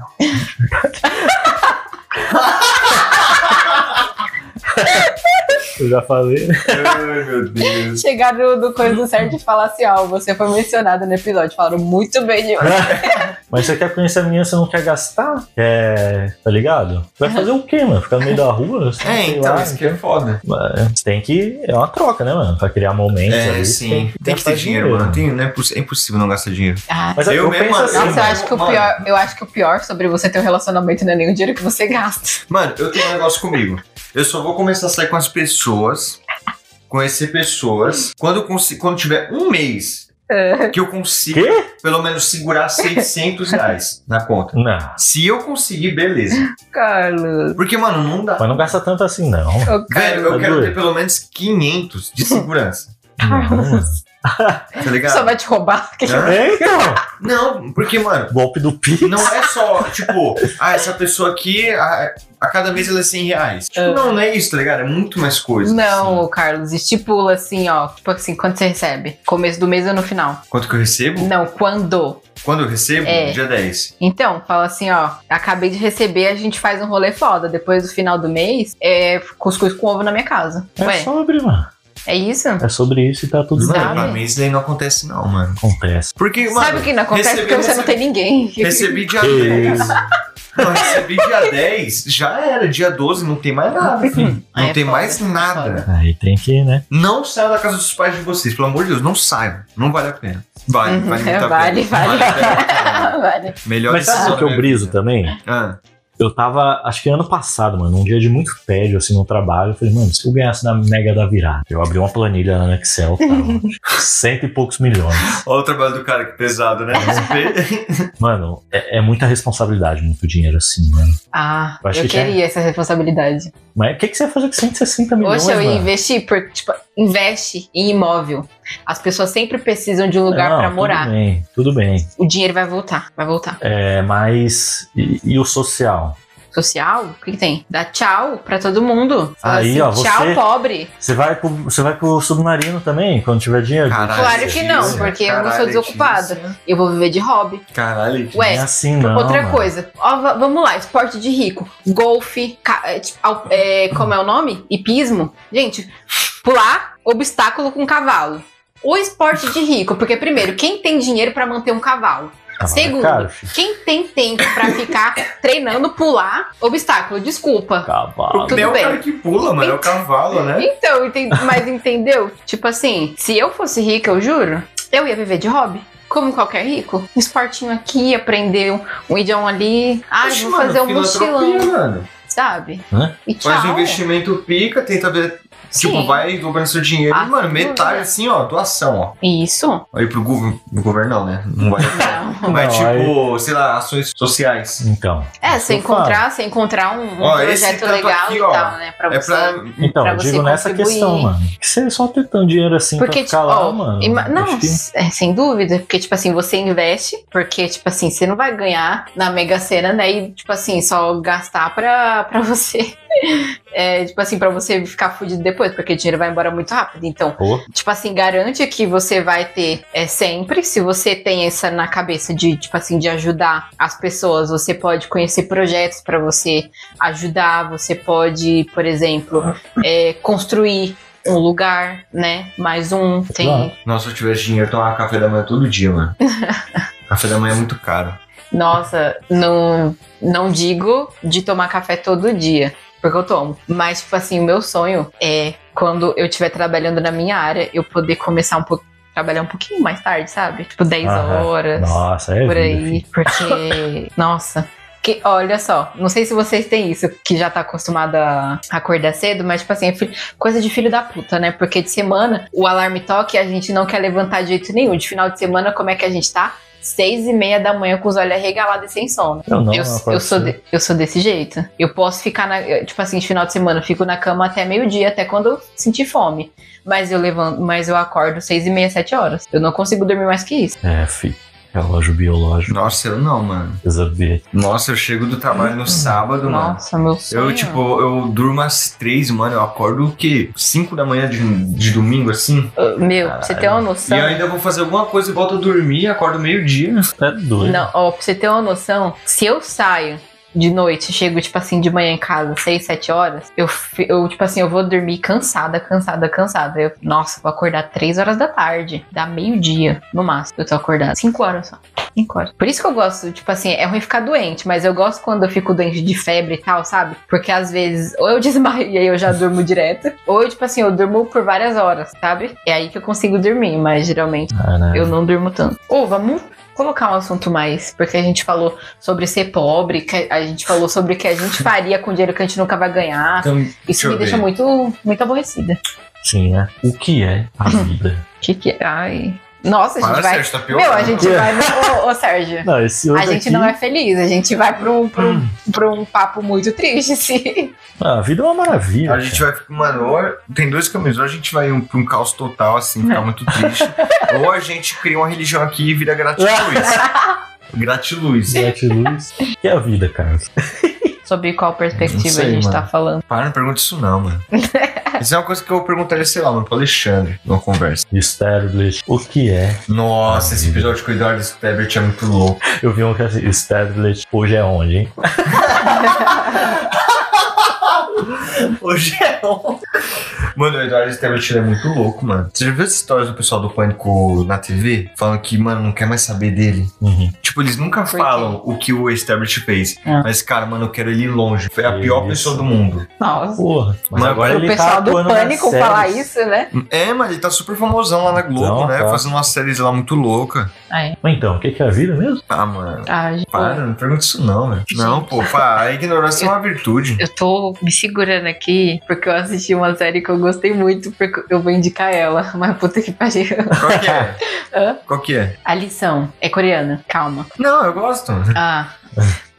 S2: Eu já falei, né?
S3: Ai, meu Deus.
S4: Chegar no, no coisa do certo e falar assim, ó, você foi mencionado no episódio, falaram muito bem de você.
S2: Mas você quer conhecer a menina, você não quer gastar? É. Tá ligado? Vai fazer o quê, mano? Ficar no meio da rua? Assim,
S3: É,
S2: sei
S3: então,
S2: lá,
S3: isso que é foda.
S2: Mas Você tem que. É uma troca, né, mano? Pra criar momentos
S3: É,
S2: ali. você
S3: sim. Tem que
S2: gastar
S3: ter dinheiro, mano. Tem, não é, poss- é impossível não gastar dinheiro.
S4: Ah,
S2: Mas eu,
S3: Eu
S2: eu
S3: mesmo
S2: penso
S3: assim,
S2: assim.
S4: Nossa, eu
S3: mano.
S4: acho, que o
S3: Mano.
S4: pior, eu acho que o pior sobre você ter um relacionamento não é nem o dinheiro que você gasta.
S3: Mano, eu tenho um negócio comigo. Eu só vou começar a sair com as pessoas, conhecer pessoas, quando, eu consi- quando tiver um mês
S4: É,
S3: que eu consiga pelo menos segurar 600 reais na conta.
S2: Não.
S3: Se eu conseguir, beleza.
S4: Carlos.
S3: Porque, mano, não dá.
S2: Mas não gasta tanto assim, não.
S4: Ô,
S3: Velho,
S4: Carlos.
S3: eu quero
S2: Doido.
S3: ter pelo menos 500 de segurança.
S2: Não.
S3: Tá
S4: Só
S3: ligado?
S4: vai te roubar. Que-
S3: Hã?
S2: É, então.
S3: Não, porque, mano,
S2: Golpe do pi.
S3: não é só, tipo, ah, essa pessoa aqui, a, a cada mês ela é 100 reais. Tipo,
S4: Ah.
S3: não, não é isso, tá ligado? É muito mais coisa.
S4: Não, ô, Carlos, estipula assim, ó. Tipo assim, quando você recebe? Começo do mês ou no final?
S3: assim. Quanto que eu recebo?
S4: Não, quando?
S3: Quando eu recebo?
S4: É.
S3: Dia 10.
S4: Então, fala assim, ó. Acabei de receber, a gente faz um rolê foda. Depois do final do mês, é cuscuz com ovo na minha casa.
S2: É
S4: Ué,
S2: sobre, mano.
S4: é isso?
S2: É sobre isso e tá tudo
S3: Mano,
S2: bem.
S4: Sabe?
S3: pra mim isso daí não acontece não, mano.
S2: Acontece.
S3: Porque, mano...
S4: Sabe o que não acontece?
S3: recebi-
S4: Porque você não tem ninguém.
S3: Recebi dia
S2: Que
S3: 10.
S2: isso.
S3: Não, recebi dia 10, já era. Dia 12 não tem mais nada, filho. Não
S4: É
S3: tem
S4: foda,
S3: mais
S4: é
S3: nada.
S4: foda.
S2: Aí tem que, né?
S3: Não saiam da casa dos pais de vocês, pelo amor de Deus, não saiam. Não vale a pena. Vale,
S4: Uhum,
S3: vale muito a
S4: vale,
S3: pena.
S4: vale.
S3: a pena pra caralho.
S4: Vale.
S3: Melhor
S2: Mas sabe
S3: decisão
S2: o que eu
S3: da minha
S2: briso
S3: é vida.
S2: também?
S3: Ah,
S2: Eu tava, acho que ano passado, mano, um dia de muito tédio, assim, no trabalho. Eu falei, mano, se eu ganhasse na mega da virada, eu abri uma planilha lá no Excel, tava, mano, cento e poucos milhões.
S3: Ah, olha o trabalho do cara, que pesado, né?
S2: Mano, é, é muita responsabilidade, muito dinheiro, assim, mano.
S4: Ah,
S2: Eu acho
S4: eu
S2: que é. já-
S4: queria essa responsabilidade.
S2: Mas o que, que você ia fazer com 160 milhões,
S4: Poxa, eu ia
S2: mano?
S4: investir, porque, tipo, investe em imóvel. As pessoas sempre precisam de um lugar
S2: Não,
S4: pra morar.
S2: Tudo bem, tudo bem.
S4: O dinheiro vai voltar, vai voltar.
S2: É, mas. E, e o social?
S4: Social, o que, que tem? Dá tchau pra todo mundo. Fala assim,
S2: Aí, ó, você-
S4: tchau, pobre.
S2: Você vai, pro, você vai pro submarino também, quando tiver dinheiro?
S3: Caralho,
S4: Claro que não,
S3: Letícia.
S4: porque eu não sou
S3: Caralho,
S4: desocupado.
S3: Letícia.
S4: Eu vou viver de hobby.
S3: Caralho, Letícia.
S2: não é
S4: Ué,
S2: assim, não.
S4: outra
S2: mano.
S4: coisa. Ó, va- vamos lá, esporte de rico. Golfe, ca- é, tipo, al- é, como é o nome? Hipismo. Gente, pular obstáculo com cavalo. O esporte de rico, porque primeiro, quem tem dinheiro pra manter um cavalo?
S2: Ah,
S4: Segundo,
S2: Cara, filho.
S4: Quem tem tempo pra ficar treinando, pular, obstáculo, desculpa.
S2: Cavalo.
S4: Tudo
S3: é o
S4: bem.
S3: cara que pula, mano. É o cavalo, né?
S4: Então, enten- mas entendeu? Tipo assim, se eu fosse rica, eu juro, eu ia viver de hobby. Como qualquer rico. Um esportinho aqui, aprender um, um idioma ali. Ah,
S3: Oxe,
S4: vou
S3: mano,
S4: fazer um
S3: filantropia,
S4: mochilão,
S3: mano.
S4: sabe?
S2: Hã?
S4: E tchau.
S3: Faz um investimento pica, tenta ver. Tipo,
S4: Sim.
S3: vai dobrando seu dinheiro.
S4: Ah,
S3: e, mano,
S4: sem
S3: metade
S4: dúvida.
S3: assim, ó, doação,
S4: Isso. Não.
S3: ó. Aí pro governo. Pro governo não, né? Não vai. Mas,
S2: Não,
S3: tipo, sei lá, ações sociais.
S2: Então.
S4: É,
S2: isso que
S4: você
S2: eu falo.
S4: encontrar, você encontrar um, um
S3: Ó, esse
S4: projeto
S3: tanto
S4: legal
S3: aqui,
S4: e
S3: ó,
S4: tal, né? Pra
S3: É
S4: você.
S3: pra.
S2: Então,
S4: pra
S2: eu
S4: você
S2: digo nessa
S4: contribuir.
S2: questão, mano. Que você só ter tanto dinheiro assim pra
S4: Porque,
S2: ficar
S4: tipo,
S2: lá,
S4: ó,
S2: mano.
S4: ima-
S2: acho
S4: não,
S2: que-
S4: é, sem dúvida, porque, tipo assim, você investe, porque, tipo assim, você não vai ganhar na Mega Sena, né? E, tipo assim, só gastar pra, pra você. É, tipo assim, pra você ficar fudido depois, porque o dinheiro vai embora muito rápido. Então,
S2: Pô,
S4: tipo assim, garante que você vai ter é, sempre. Se você tem essa na cabeça de, tipo assim, de ajudar as pessoas, você pode conhecer projetos pra você ajudar, você pode, por exemplo, é, construir um lugar, né? Mais um. Tem.
S2: Claro.
S3: Nossa, se eu tivesse dinheiro, eu tomava café da manhã todo dia, mano. café da manhã é muito caro.
S4: Nossa, não, não digo de tomar café todo dia, porque eu tomo. Mas, tipo assim, o meu sonho é quando eu estiver trabalhando na minha área, eu poder começar um pouco. Trabalhar um pouquinho mais tarde, sabe? Tipo, 10
S2: Aham.
S4: horas.
S2: nossa, é
S4: por
S2: vida,
S4: aí,
S2: filho.
S4: porque. Nossa. Que, olha só, não sei se vocês têm isso, que já tá acostumado a a acordar cedo, mas, tipo assim, é fi- coisa de filho da puta, né? Porque de semana o alarme toca e a gente não quer levantar de jeito nenhum. De final de semana, como é que a gente tá? Seis e meia da manhã com os olhos arregalados e sem sono.
S2: Eu não,
S4: eu,
S2: não
S4: eu,
S2: acordo
S4: sou
S2: cedo.
S4: de- eu sou desse jeito. Eu posso ficar, na, eu, tipo assim, de final de semana, eu fico na cama até meio-dia, até quando eu sentir fome. Mas eu levanto, mas eu acordo seis e meia, sete horas. Eu não consigo dormir mais que isso.
S2: É, filho. Relógio biológico.
S3: Nossa, eu não, mano.
S2: Exatamente.
S3: Nossa, eu chego do trabalho no sábado, mano.
S4: Nossa, meu sonho.
S3: Eu, tipo, eu durmo às três, mano. Eu acordo o quê? Cinco da manhã de, de domingo, assim.
S4: Ah, Meu, pra você ter uma
S3: E
S4: noção.
S3: eu ainda vou fazer alguma coisa e volto a dormir, acordo meio-dia.
S2: É doido.
S4: Não, ó, pra você ter uma noção, se eu saio de noite, chego, tipo assim, de manhã em casa, 6, 7 horas, eu, fi- eu, tipo assim, eu vou dormir cansada, cansada, cansada. Eu, nossa, vou acordar 3 horas da tarde, dá meio-dia, no máximo, eu tô acordada. 5 horas só. 5 horas. Por isso que eu gosto, tipo assim, é ruim ficar doente, mas eu gosto quando eu fico doente de febre e tal, sabe? Porque às vezes, ou eu desmaio e aí eu já durmo direto, ou eu, tipo assim, eu durmo por várias horas, sabe? É aí que eu consigo dormir, mas geralmente
S2: Caramba.
S4: eu não durmo tanto. Ou vamos colocar um assunto mais, porque a gente falou sobre ser pobre, que a gente falou sobre o que a gente faria com dinheiro que a gente nunca vai ganhar.
S3: Então,
S4: Ah, Isso
S3: deixa eu
S4: me deixa
S3: ver.
S4: muito, muito aborrecida.
S2: Sim, né? O que é a vida?
S4: O que que é? Ai. Nossa, a gente
S3: Para,
S4: vai.
S3: Sérgio, tá pior.
S4: Meu, a gente
S2: É.
S4: vai. no- Ô, ô, Sérgio.
S2: não, esse
S4: A
S2: outro
S4: gente
S2: aqui-
S4: não é feliz, a gente vai pra um, pra um,
S3: Hum.
S4: pra um papo muito triste, sim.
S2: Ah, a vida é uma maravilha.
S3: A gente vai, mano, ou tem dois caminhos. Ou a gente vai um, pra um caos total, assim, ficar muito triste. ou a gente cria uma religião aqui e vira gratiluz. gratiluz.
S2: Luz. O que é a vida, cara?
S4: Sobre qual perspectiva
S3: sei,
S4: a gente tá
S3: mano.
S4: falando.
S3: Para, não pergunta isso não, mano. Isso é uma coisa que eu perguntaria, sei lá, mano, pro Alexandre, numa conversa.
S2: Establish. O que é?
S3: Nossa, esse episódio com o Eduardo Stebert é muito louco.
S2: Eu vi um que é assim, Establish. Hoje é onde, hein?
S3: Hoje é ontem. Mano, o Eduardo Stebert ele é muito louco, mano. Você já viu as histórias do pessoal do Pânico na TV? Falando que, mano, não quer mais saber dele.
S2: Uhum.
S3: Tipo, eles nunca
S4: Por quê?
S3: falam o que o Established fez.
S4: Ah.
S3: Mas, cara, mano, eu quero ele ir longe. Foi a
S2: Que
S3: pior
S2: isso.
S3: pessoa do mundo.
S4: Nossa.
S2: Porra. Mas
S3: Mas
S2: agora
S4: O
S2: ele
S4: pessoal
S2: tá
S4: do
S2: atuando nas
S4: pânico falar
S2: séries.
S4: isso, né?
S3: É, mano, ele tá super famosão lá na Globo,
S2: Não,
S3: né?
S2: tá.
S3: Fazendo umas séries lá muito louca.
S4: Ai,
S2: Mas então, o que que é a vida mesmo?
S3: Ah, mano.
S4: ah, gente,
S3: Para, não pergunta isso não, velho. Não, pô, pá, a ignorância é uma virtude.
S4: Eu tô me segurando aqui porque eu assisti uma série que eu gostei muito, porque eu vou indicar ela, mas puta que pariu.
S3: Qual que é?
S4: Hã?
S3: Qual que é?
S4: A lição é coreana, calma.
S3: Não, eu gosto.
S4: Ah,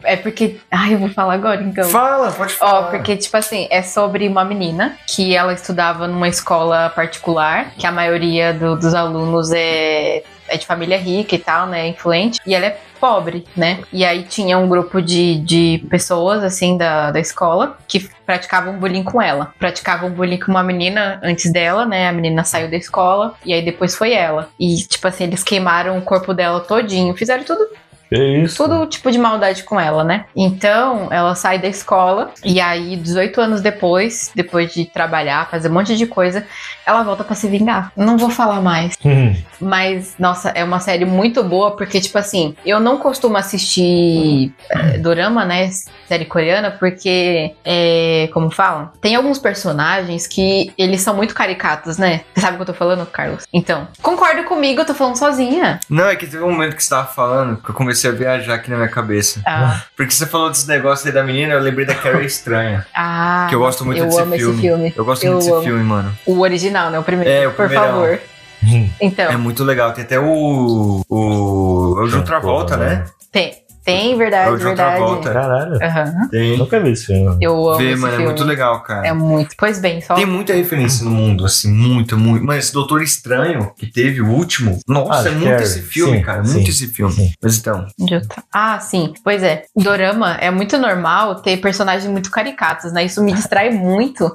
S4: é porque. Ai, eu vou falar agora então.
S3: Fala, pode
S4: Ó,
S3: falar.
S4: porque, tipo assim, é sobre uma menina que ela estudava numa escola particular, que a maioria do- dos alunos é, é de família rica e tal, né? Influente. E ela é pobre, né? E aí tinha um grupo de, de pessoas, assim, da, da escola, que praticavam bullying com ela. Praticavam bullying com uma menina antes dela, né? A menina saiu da escola, e aí depois foi ela. E, tipo assim, eles queimaram o corpo dela todinho, fizeram tudo
S2: Que isso?
S4: todo tipo de maldade com ela, né? Então, ela sai da escola e aí, 18 anos depois, depois de trabalhar, fazer um monte de coisa, ela volta pra se vingar. Não vou falar mais.
S2: Hum,
S4: Mas, nossa, é uma série muito boa, porque, tipo assim, eu não costumo assistir eh, dorama, né? Série coreana, porque, é, como falam, tem alguns personagens que eles são muito caricatos, né? Você sabe o que eu tô falando, Carlos? Então, concorda comigo, eu tô falando sozinha.
S3: Não, é que teve um momento que você tava falando que eu comecei a viajar aqui na minha cabeça.
S4: Ah,
S3: Porque você falou desse negócio aí da menina, eu lembrei da Carrie Estranha.
S4: ah
S3: Que eu gosto muito
S4: eu
S3: desse
S4: amo
S3: filme.
S4: esse filme.
S3: Eu gosto
S4: Eu
S3: muito desse
S4: amo.
S3: filme, mano.
S4: O original, né? O primeiro.
S3: É, o
S4: por
S3: primeirão.
S4: favor.
S2: hum.
S4: Então,
S3: É muito legal. Tem até o. O. É o John Travolta, né?
S4: tem. Tem,
S3: É
S4: verdade,
S3: o John
S4: verdade.
S3: Travolta.
S2: Caralho.
S4: Aham.
S3: Tem.
S2: Nunca vi esse filme.
S4: Eu amo
S3: Vê,
S4: esse
S3: mano, é
S4: filme.
S3: muito legal, cara.
S4: É muito. Pois bem, só.
S3: Tem muita referência no mundo, assim, muita, muito. Mas esse Doutor Estranho, que teve o último, nossa,
S2: Ah,
S3: é muito
S2: Carrie.
S3: esse filme,
S2: Sim,
S3: cara. É
S2: sim,
S3: muito esse filme.
S2: sim.
S3: Mas então,
S4: Onde eu tava? Ah, sim. Pois é. Dorama é muito normal ter personagens muito caricatos, né? Isso me distrai muito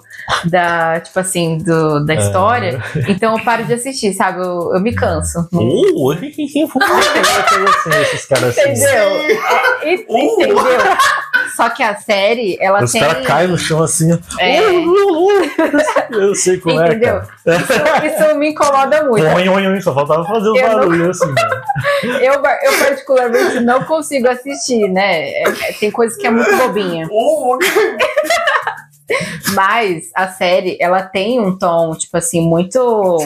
S4: da, tipo assim, do, da história.
S3: Ah.
S4: Então eu paro de assistir, sabe? Eu, eu me canso.
S2: Uh, hoje quem quem foi assim, esses caras assim.
S4: Entendeu? É, e-
S3: Uh!
S4: Entendeu? Só que a série, ela
S2: Os
S4: tem.
S2: caras caem no chão assim.
S4: é,
S2: Uh, uh, uh. Eu sei como é,
S4: Entendeu?
S2: cara.
S4: isso, isso me incomoda muito.
S2: Oi, oi, oi, só faltava fazer os
S4: Eu não-
S2: barulhos assim. né?
S4: Eu, eu particularmente não consigo assistir, né? É- é- tem coisa que é muito bobinha. Mas a série, ela tem um tom, tipo assim, muito.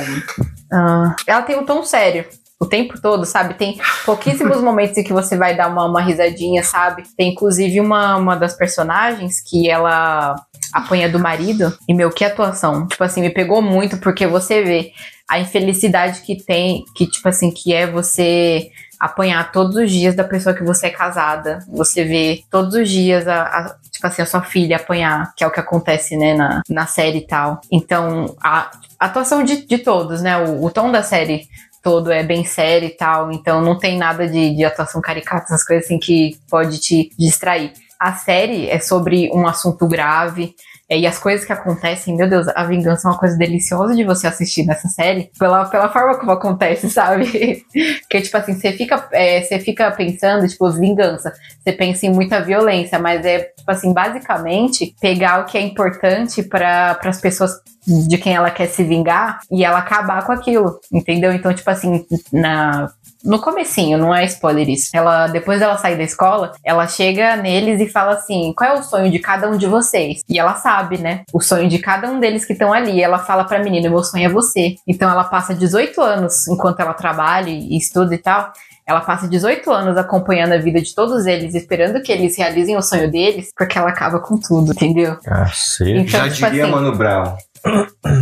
S4: ah, ela tem um tom sério. O tempo todo, sabe? Tem pouquíssimos momentos em que você vai dar uma, uma risadinha, sabe? Tem inclusive uma, uma das personagens que ela apanha do marido. E, meu, que atuação. Tipo assim, me pegou muito porque você vê a infelicidade que tem, que, tipo assim, que é você apanhar todos os dias da pessoa que você é casada. Você vê todos os dias a, a- tipo assim, a sua filha apanhar, que é o que acontece, né, na, na série e tal. Então, a a atuação de, de todos, né? O, o tom da série todo é bem sério e tal. Então não tem nada de, de atuação caricata, essas coisas assim que pode te distrair. A série é sobre um assunto grave. É, e as coisas que acontecem, meu Deus, a vingança é uma coisa deliciosa de você assistir nessa série, pela, pela forma como acontece, sabe? que, tipo assim, você fica, é, você fica pensando, tipo, vingança, você pensa em muita violência, mas é, tipo assim, basicamente, pegar o que é importante para as pessoas de quem ela quer se vingar e ela acabar com aquilo, entendeu? Então, tipo assim, na no comecinho, não é spoiler isso. Ela, depois dela sair da escola, ela chega neles e fala assim: "Qual é o sonho de cada um de vocês?". E ela sabe, né? O sonho de cada um deles que estão ali. Ela fala para menina: "Meu sonho é você". Então ela passa 18 anos enquanto ela trabalha e estuda e tal. Ela passa 18 anos acompanhando a vida de todos eles, esperando que eles realizem o sonho deles, porque ela acaba com tudo, entendeu?
S2: Cacete.
S4: Então,
S3: Já
S4: tipo
S3: diria
S4: assim,
S3: Mano Brown.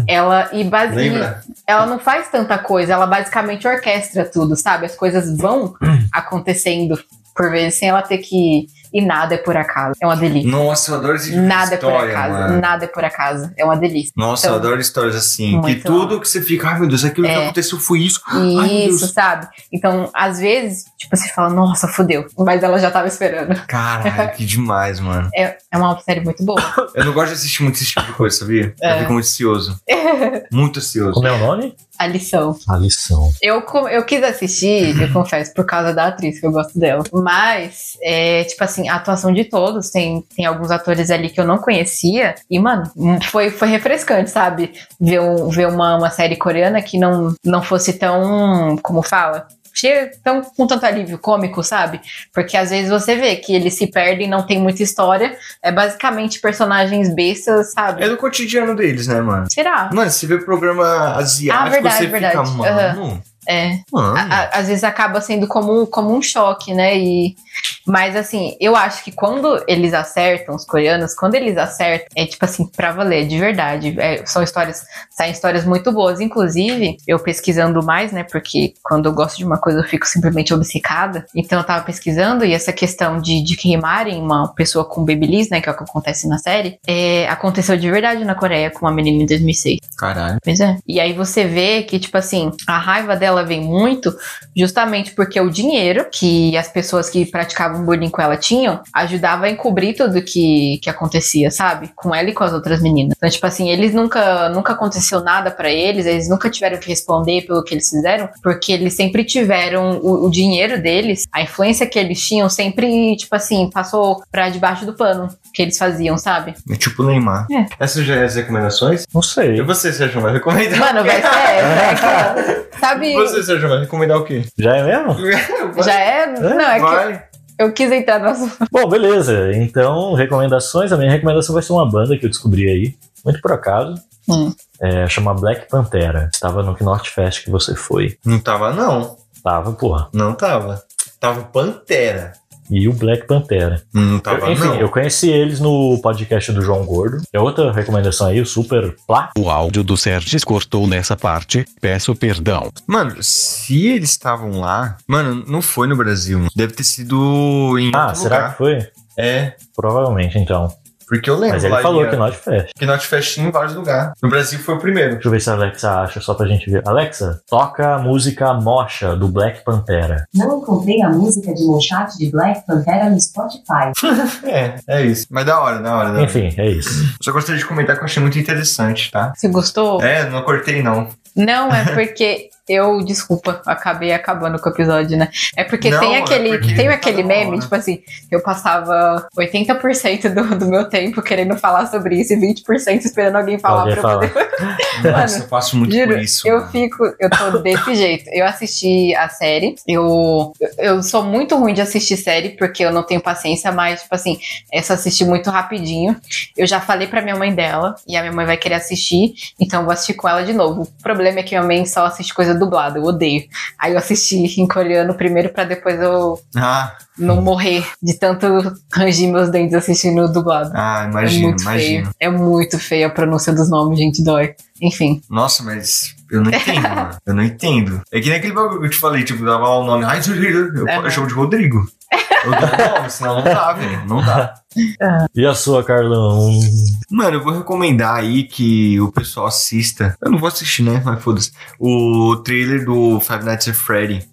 S4: ela e basicamente
S3: Hum. Lembra?
S4: ela não faz tanta coisa, ela basicamente orquestra tudo, sabe? As coisas vão
S3: Hum.
S4: acontecendo por vezes sem ela ter que e nada é por acaso. É uma delícia.
S3: Nossa, eu adoro esse tipo de
S4: Nada é por
S3: história,
S4: acaso,
S3: mano.
S4: nada é por acaso. É uma delícia.
S3: Nossa, eu
S4: Então,
S3: adoro histórias assim. Que
S4: muito
S3: tudo que você fica, ai meu Deus, aquilo que
S4: É.
S3: aconteceu foi isso.
S4: E
S3: Ai, meu
S4: isso,
S3: Deus.
S4: sabe? Então, às vezes, tipo, você fala, nossa, fodeu. Mas ela já tava esperando.
S3: Caralho, que demais, mano.
S4: É uma série muito boa.
S3: Eu não gosto de assistir muito esse tipo de coisa, sabia? Eu
S4: É.
S3: fico muito ansioso. Muito ansioso.
S2: Como é o nome?
S4: A lição.
S2: A lição.
S4: Eu, co- eu quis assistir, eu confesso, por causa da atriz, que eu gosto dela. Mas, é, tipo assim, a atuação de todos, tem, tem alguns atores ali que eu não conhecia. E, mano, foi, foi refrescante, sabe? Ver, um, ver uma, uma série coreana que não, não fosse tão. Como fala? Cheia, tão, com tanto alívio cômico, sabe? Porque às vezes você vê que eles se perdem, não tem muita história. É basicamente personagens bestas, sabe?
S3: É do cotidiano deles, né, mano?
S4: Será?
S3: Mano, você vê programa asiático,
S4: Ah, verdade,
S3: você fica,
S4: verdade.
S3: mano.
S4: É.
S3: Mano.
S4: a- a- às vezes acaba sendo como um, como um choque, né? E, mas assim, eu acho que quando eles acertam, os coreanos, quando eles acertam, é tipo assim, pra valer, de verdade. É, são histórias, saem histórias muito boas. Inclusive, eu pesquisando mais, né? Porque quando eu gosto de uma coisa, eu fico simplesmente obcecada. Então eu tava pesquisando e essa questão de, de queimarem uma pessoa com babyliss, né? Que é o que acontece na série, é, aconteceu de verdade na Coreia com uma menina em 2006.
S3: Caralho.
S4: Pois é. E aí você vê que, tipo assim, a raiva dela vem muito justamente porque o dinheiro que as pessoas que praticavam bullying com ela tinham ajudava a encobrir tudo que, que acontecia, sabe? Com ela e com as outras meninas. Então, tipo assim, eles nunca, nunca aconteceu nada pra eles, eles nunca tiveram que responder pelo que eles fizeram, porque eles sempre tiveram o, o dinheiro deles, a influência que eles tinham sempre, tipo assim, passou pra debaixo do pano que eles faziam, sabe?
S3: É tipo Neymar.
S4: É.
S3: Essas já é as recomendações?
S2: Não
S3: E
S2: sei.
S3: você, Sérgio, vai recomendar?
S4: Mano, vai ser. vai ser. Sabe?
S3: Você, Sérgio, vai recomendar o quê?
S2: Já é mesmo?
S4: Já é? Não, é que
S3: Vai.
S4: eu quis entrar no assunto.
S2: Bom, beleza. Então, recomendações. A minha recomendação vai ser uma banda que eu descobri aí, muito por acaso.
S4: Hum.
S2: É, chama Black Pantera. Estava no Knot Fest que você foi.
S3: Não tava, não.
S2: Tava, porra.
S3: Não tava. Tava Pantera.
S2: E o Black Pantera.
S3: Não tava,
S2: Eu- enfim,
S3: não.
S2: eu conheci eles no podcast do João Gordo. É outra recomendação aí, o Super Plá.
S1: O áudio do Sérgio cortou nessa parte, peço perdão.
S3: Mano, se eles estavam lá... Mano, não foi no Brasil. Deve ter sido em
S2: Ah,
S3: outro
S2: será
S3: lugar.
S2: que foi?
S3: É,
S2: Provavelmente, então.
S3: porque eu lembro
S2: Mas
S3: lá
S2: ele
S3: em-
S2: falou que Knot Fest.
S3: que Knot Fest tinha em vários lugares. No Brasil foi o primeiro.
S2: Deixa eu ver se a Alexa acha, só pra gente ver. Alexa, toca a música Mocha, do Black Pantera.
S5: Não encontrei a música de Monchat de Black Pantera no Spotify.
S3: É, é isso. Mas da hora, da hora, da hora.
S2: Enfim, é isso.
S3: Só gostaria de comentar que eu achei muito interessante, tá?
S4: Você gostou?
S3: É, não cortei não.
S4: Não, é porque eu, desculpa, acabei acabando com o episódio, né? É porque
S3: Não,
S4: tem
S3: é
S4: aquele,
S3: porque
S4: tem
S3: tá
S4: aquele
S3: na
S4: meme,
S3: hora.
S4: tipo assim, eu passava 80% do, do meu tempo querendo falar sobre isso e 20% esperando alguém falar
S2: Alguém
S4: pra eu poder.
S3: Nossa, eu faço muito
S4: Juro,
S3: por isso.
S4: eu
S3: mano.
S4: fico, eu tô desse jeito. Eu assisti a série, eu, eu sou muito ruim de assistir série porque eu não tenho paciência, mas, tipo assim, essa eu assisti muito rapidinho. Eu já falei pra minha mãe dela e a minha mãe vai querer assistir, então eu vou assistir com ela de novo. O problema é que minha mãe só assiste coisa dublada, eu odeio. Aí eu assisti em coreano primeiro pra depois eu
S3: Ah,
S4: não morrer de tanto rangir meus dentes assistindo dublado.
S3: ah,
S4: é
S3: imagino,
S4: muito
S3: imagino.
S4: feio. É muito feio a pronúncia dos nomes, gente, dói. Enfim.
S3: Nossa, mas eu não entendo, mano. Eu não entendo. É que nem aquele bagulho que eu te falei, tipo, dava lá o nome. Ai, eu, eu, eu
S4: Aham.
S3: chamo de Rodrigo. Eu dou o nome, senão não dá, velho. Não dá.
S2: E a sua, Carlão?
S3: Mano, eu vou recomendar aí que o pessoal assista. Eu não vou assistir, né? Mas foda-se. O trailer do Five Nights at Freddy.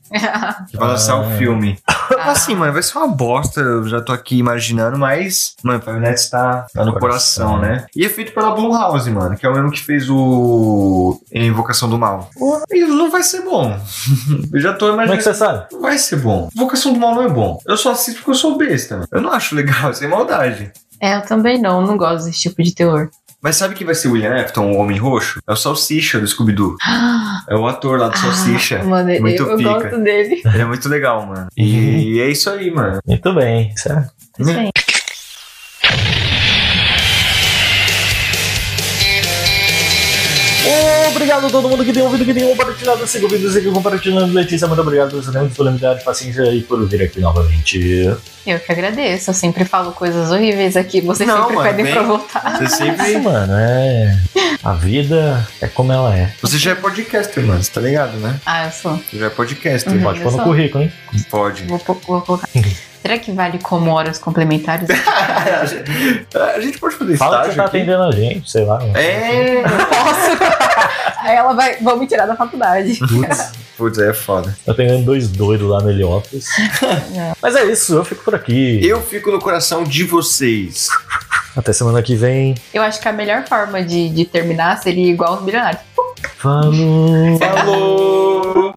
S3: Que vai lançar o
S2: Ah.
S3: filme. Assim, mano, vai ser uma bosta, eu já tô aqui imaginando, mas, mano, Five tá, tá no coração,
S2: Coração.
S3: né? E é feito pela Blumhouse, mano, que é o mesmo que fez o Invocação do Mal. E não vai ser bom. eu já tô
S2: Como é que
S3: imaginando.
S2: você sabe?
S3: Não vai ser bom. Invocação do Mal não é bom. Eu só assisto porque eu sou besta. mano. Eu não acho legal, sem maldade.
S4: É, eu também não, não gosto desse tipo de terror.
S3: Mas sabe quem vai ser o William Afton, o Homem Roxo? É o Salsicha do Scooby-Doo. É o ator lá do Salsicha.
S4: Ah, mano, eu-
S3: muito
S4: eu,
S3: pica.
S4: gosto dele.
S3: Ele é muito legal, mano. E é isso aí, mano.
S2: Muito bem, certo?
S4: Isso
S3: Né?
S4: aí.
S2: Obrigado a todo mundo que tem ouvido, que tem compartilhado, siga ouvindo, siga compartilhando. Letícia, muito obrigado pelo seu tempo, disponibilidade, paciência e por vir aqui novamente.
S4: Eu que agradeço, eu sempre falo coisas horríveis aqui, vocês
S3: Não, é
S4: sempre
S3: mano,
S4: pedem
S3: vem.
S4: pra eu voltar.
S3: Você
S2: Isso,
S3: sempre.
S2: mano, é. A vida é como ela é.
S3: Você já é podcaster, mano. Você tá ligado, né?
S4: Ah, eu sou.
S3: Você já é podcaster.
S4: Uhum.
S2: Pode pôr no
S4: só.
S2: currículo, hein?
S3: Pode.
S4: Vou, po- vou colocar. Será que vale como horas complementares?
S3: A gente pode fazer
S2: Fala que você
S3: estágio
S2: tá
S3: aqui.
S2: atendendo a gente, sei lá.
S3: É.
S4: Posso? Aí ela vai. Vão me tirar da faculdade.
S3: Putz, aí é foda.
S2: Tá atendendo dois doidos lá no Heliópolis. Mas é isso, eu fico por aqui.
S3: Eu fico no coração de vocês.
S2: Até semana que vem.
S4: Eu acho que a melhor forma de, de terminar seria igual os milionários.
S2: Falou!
S3: Falou!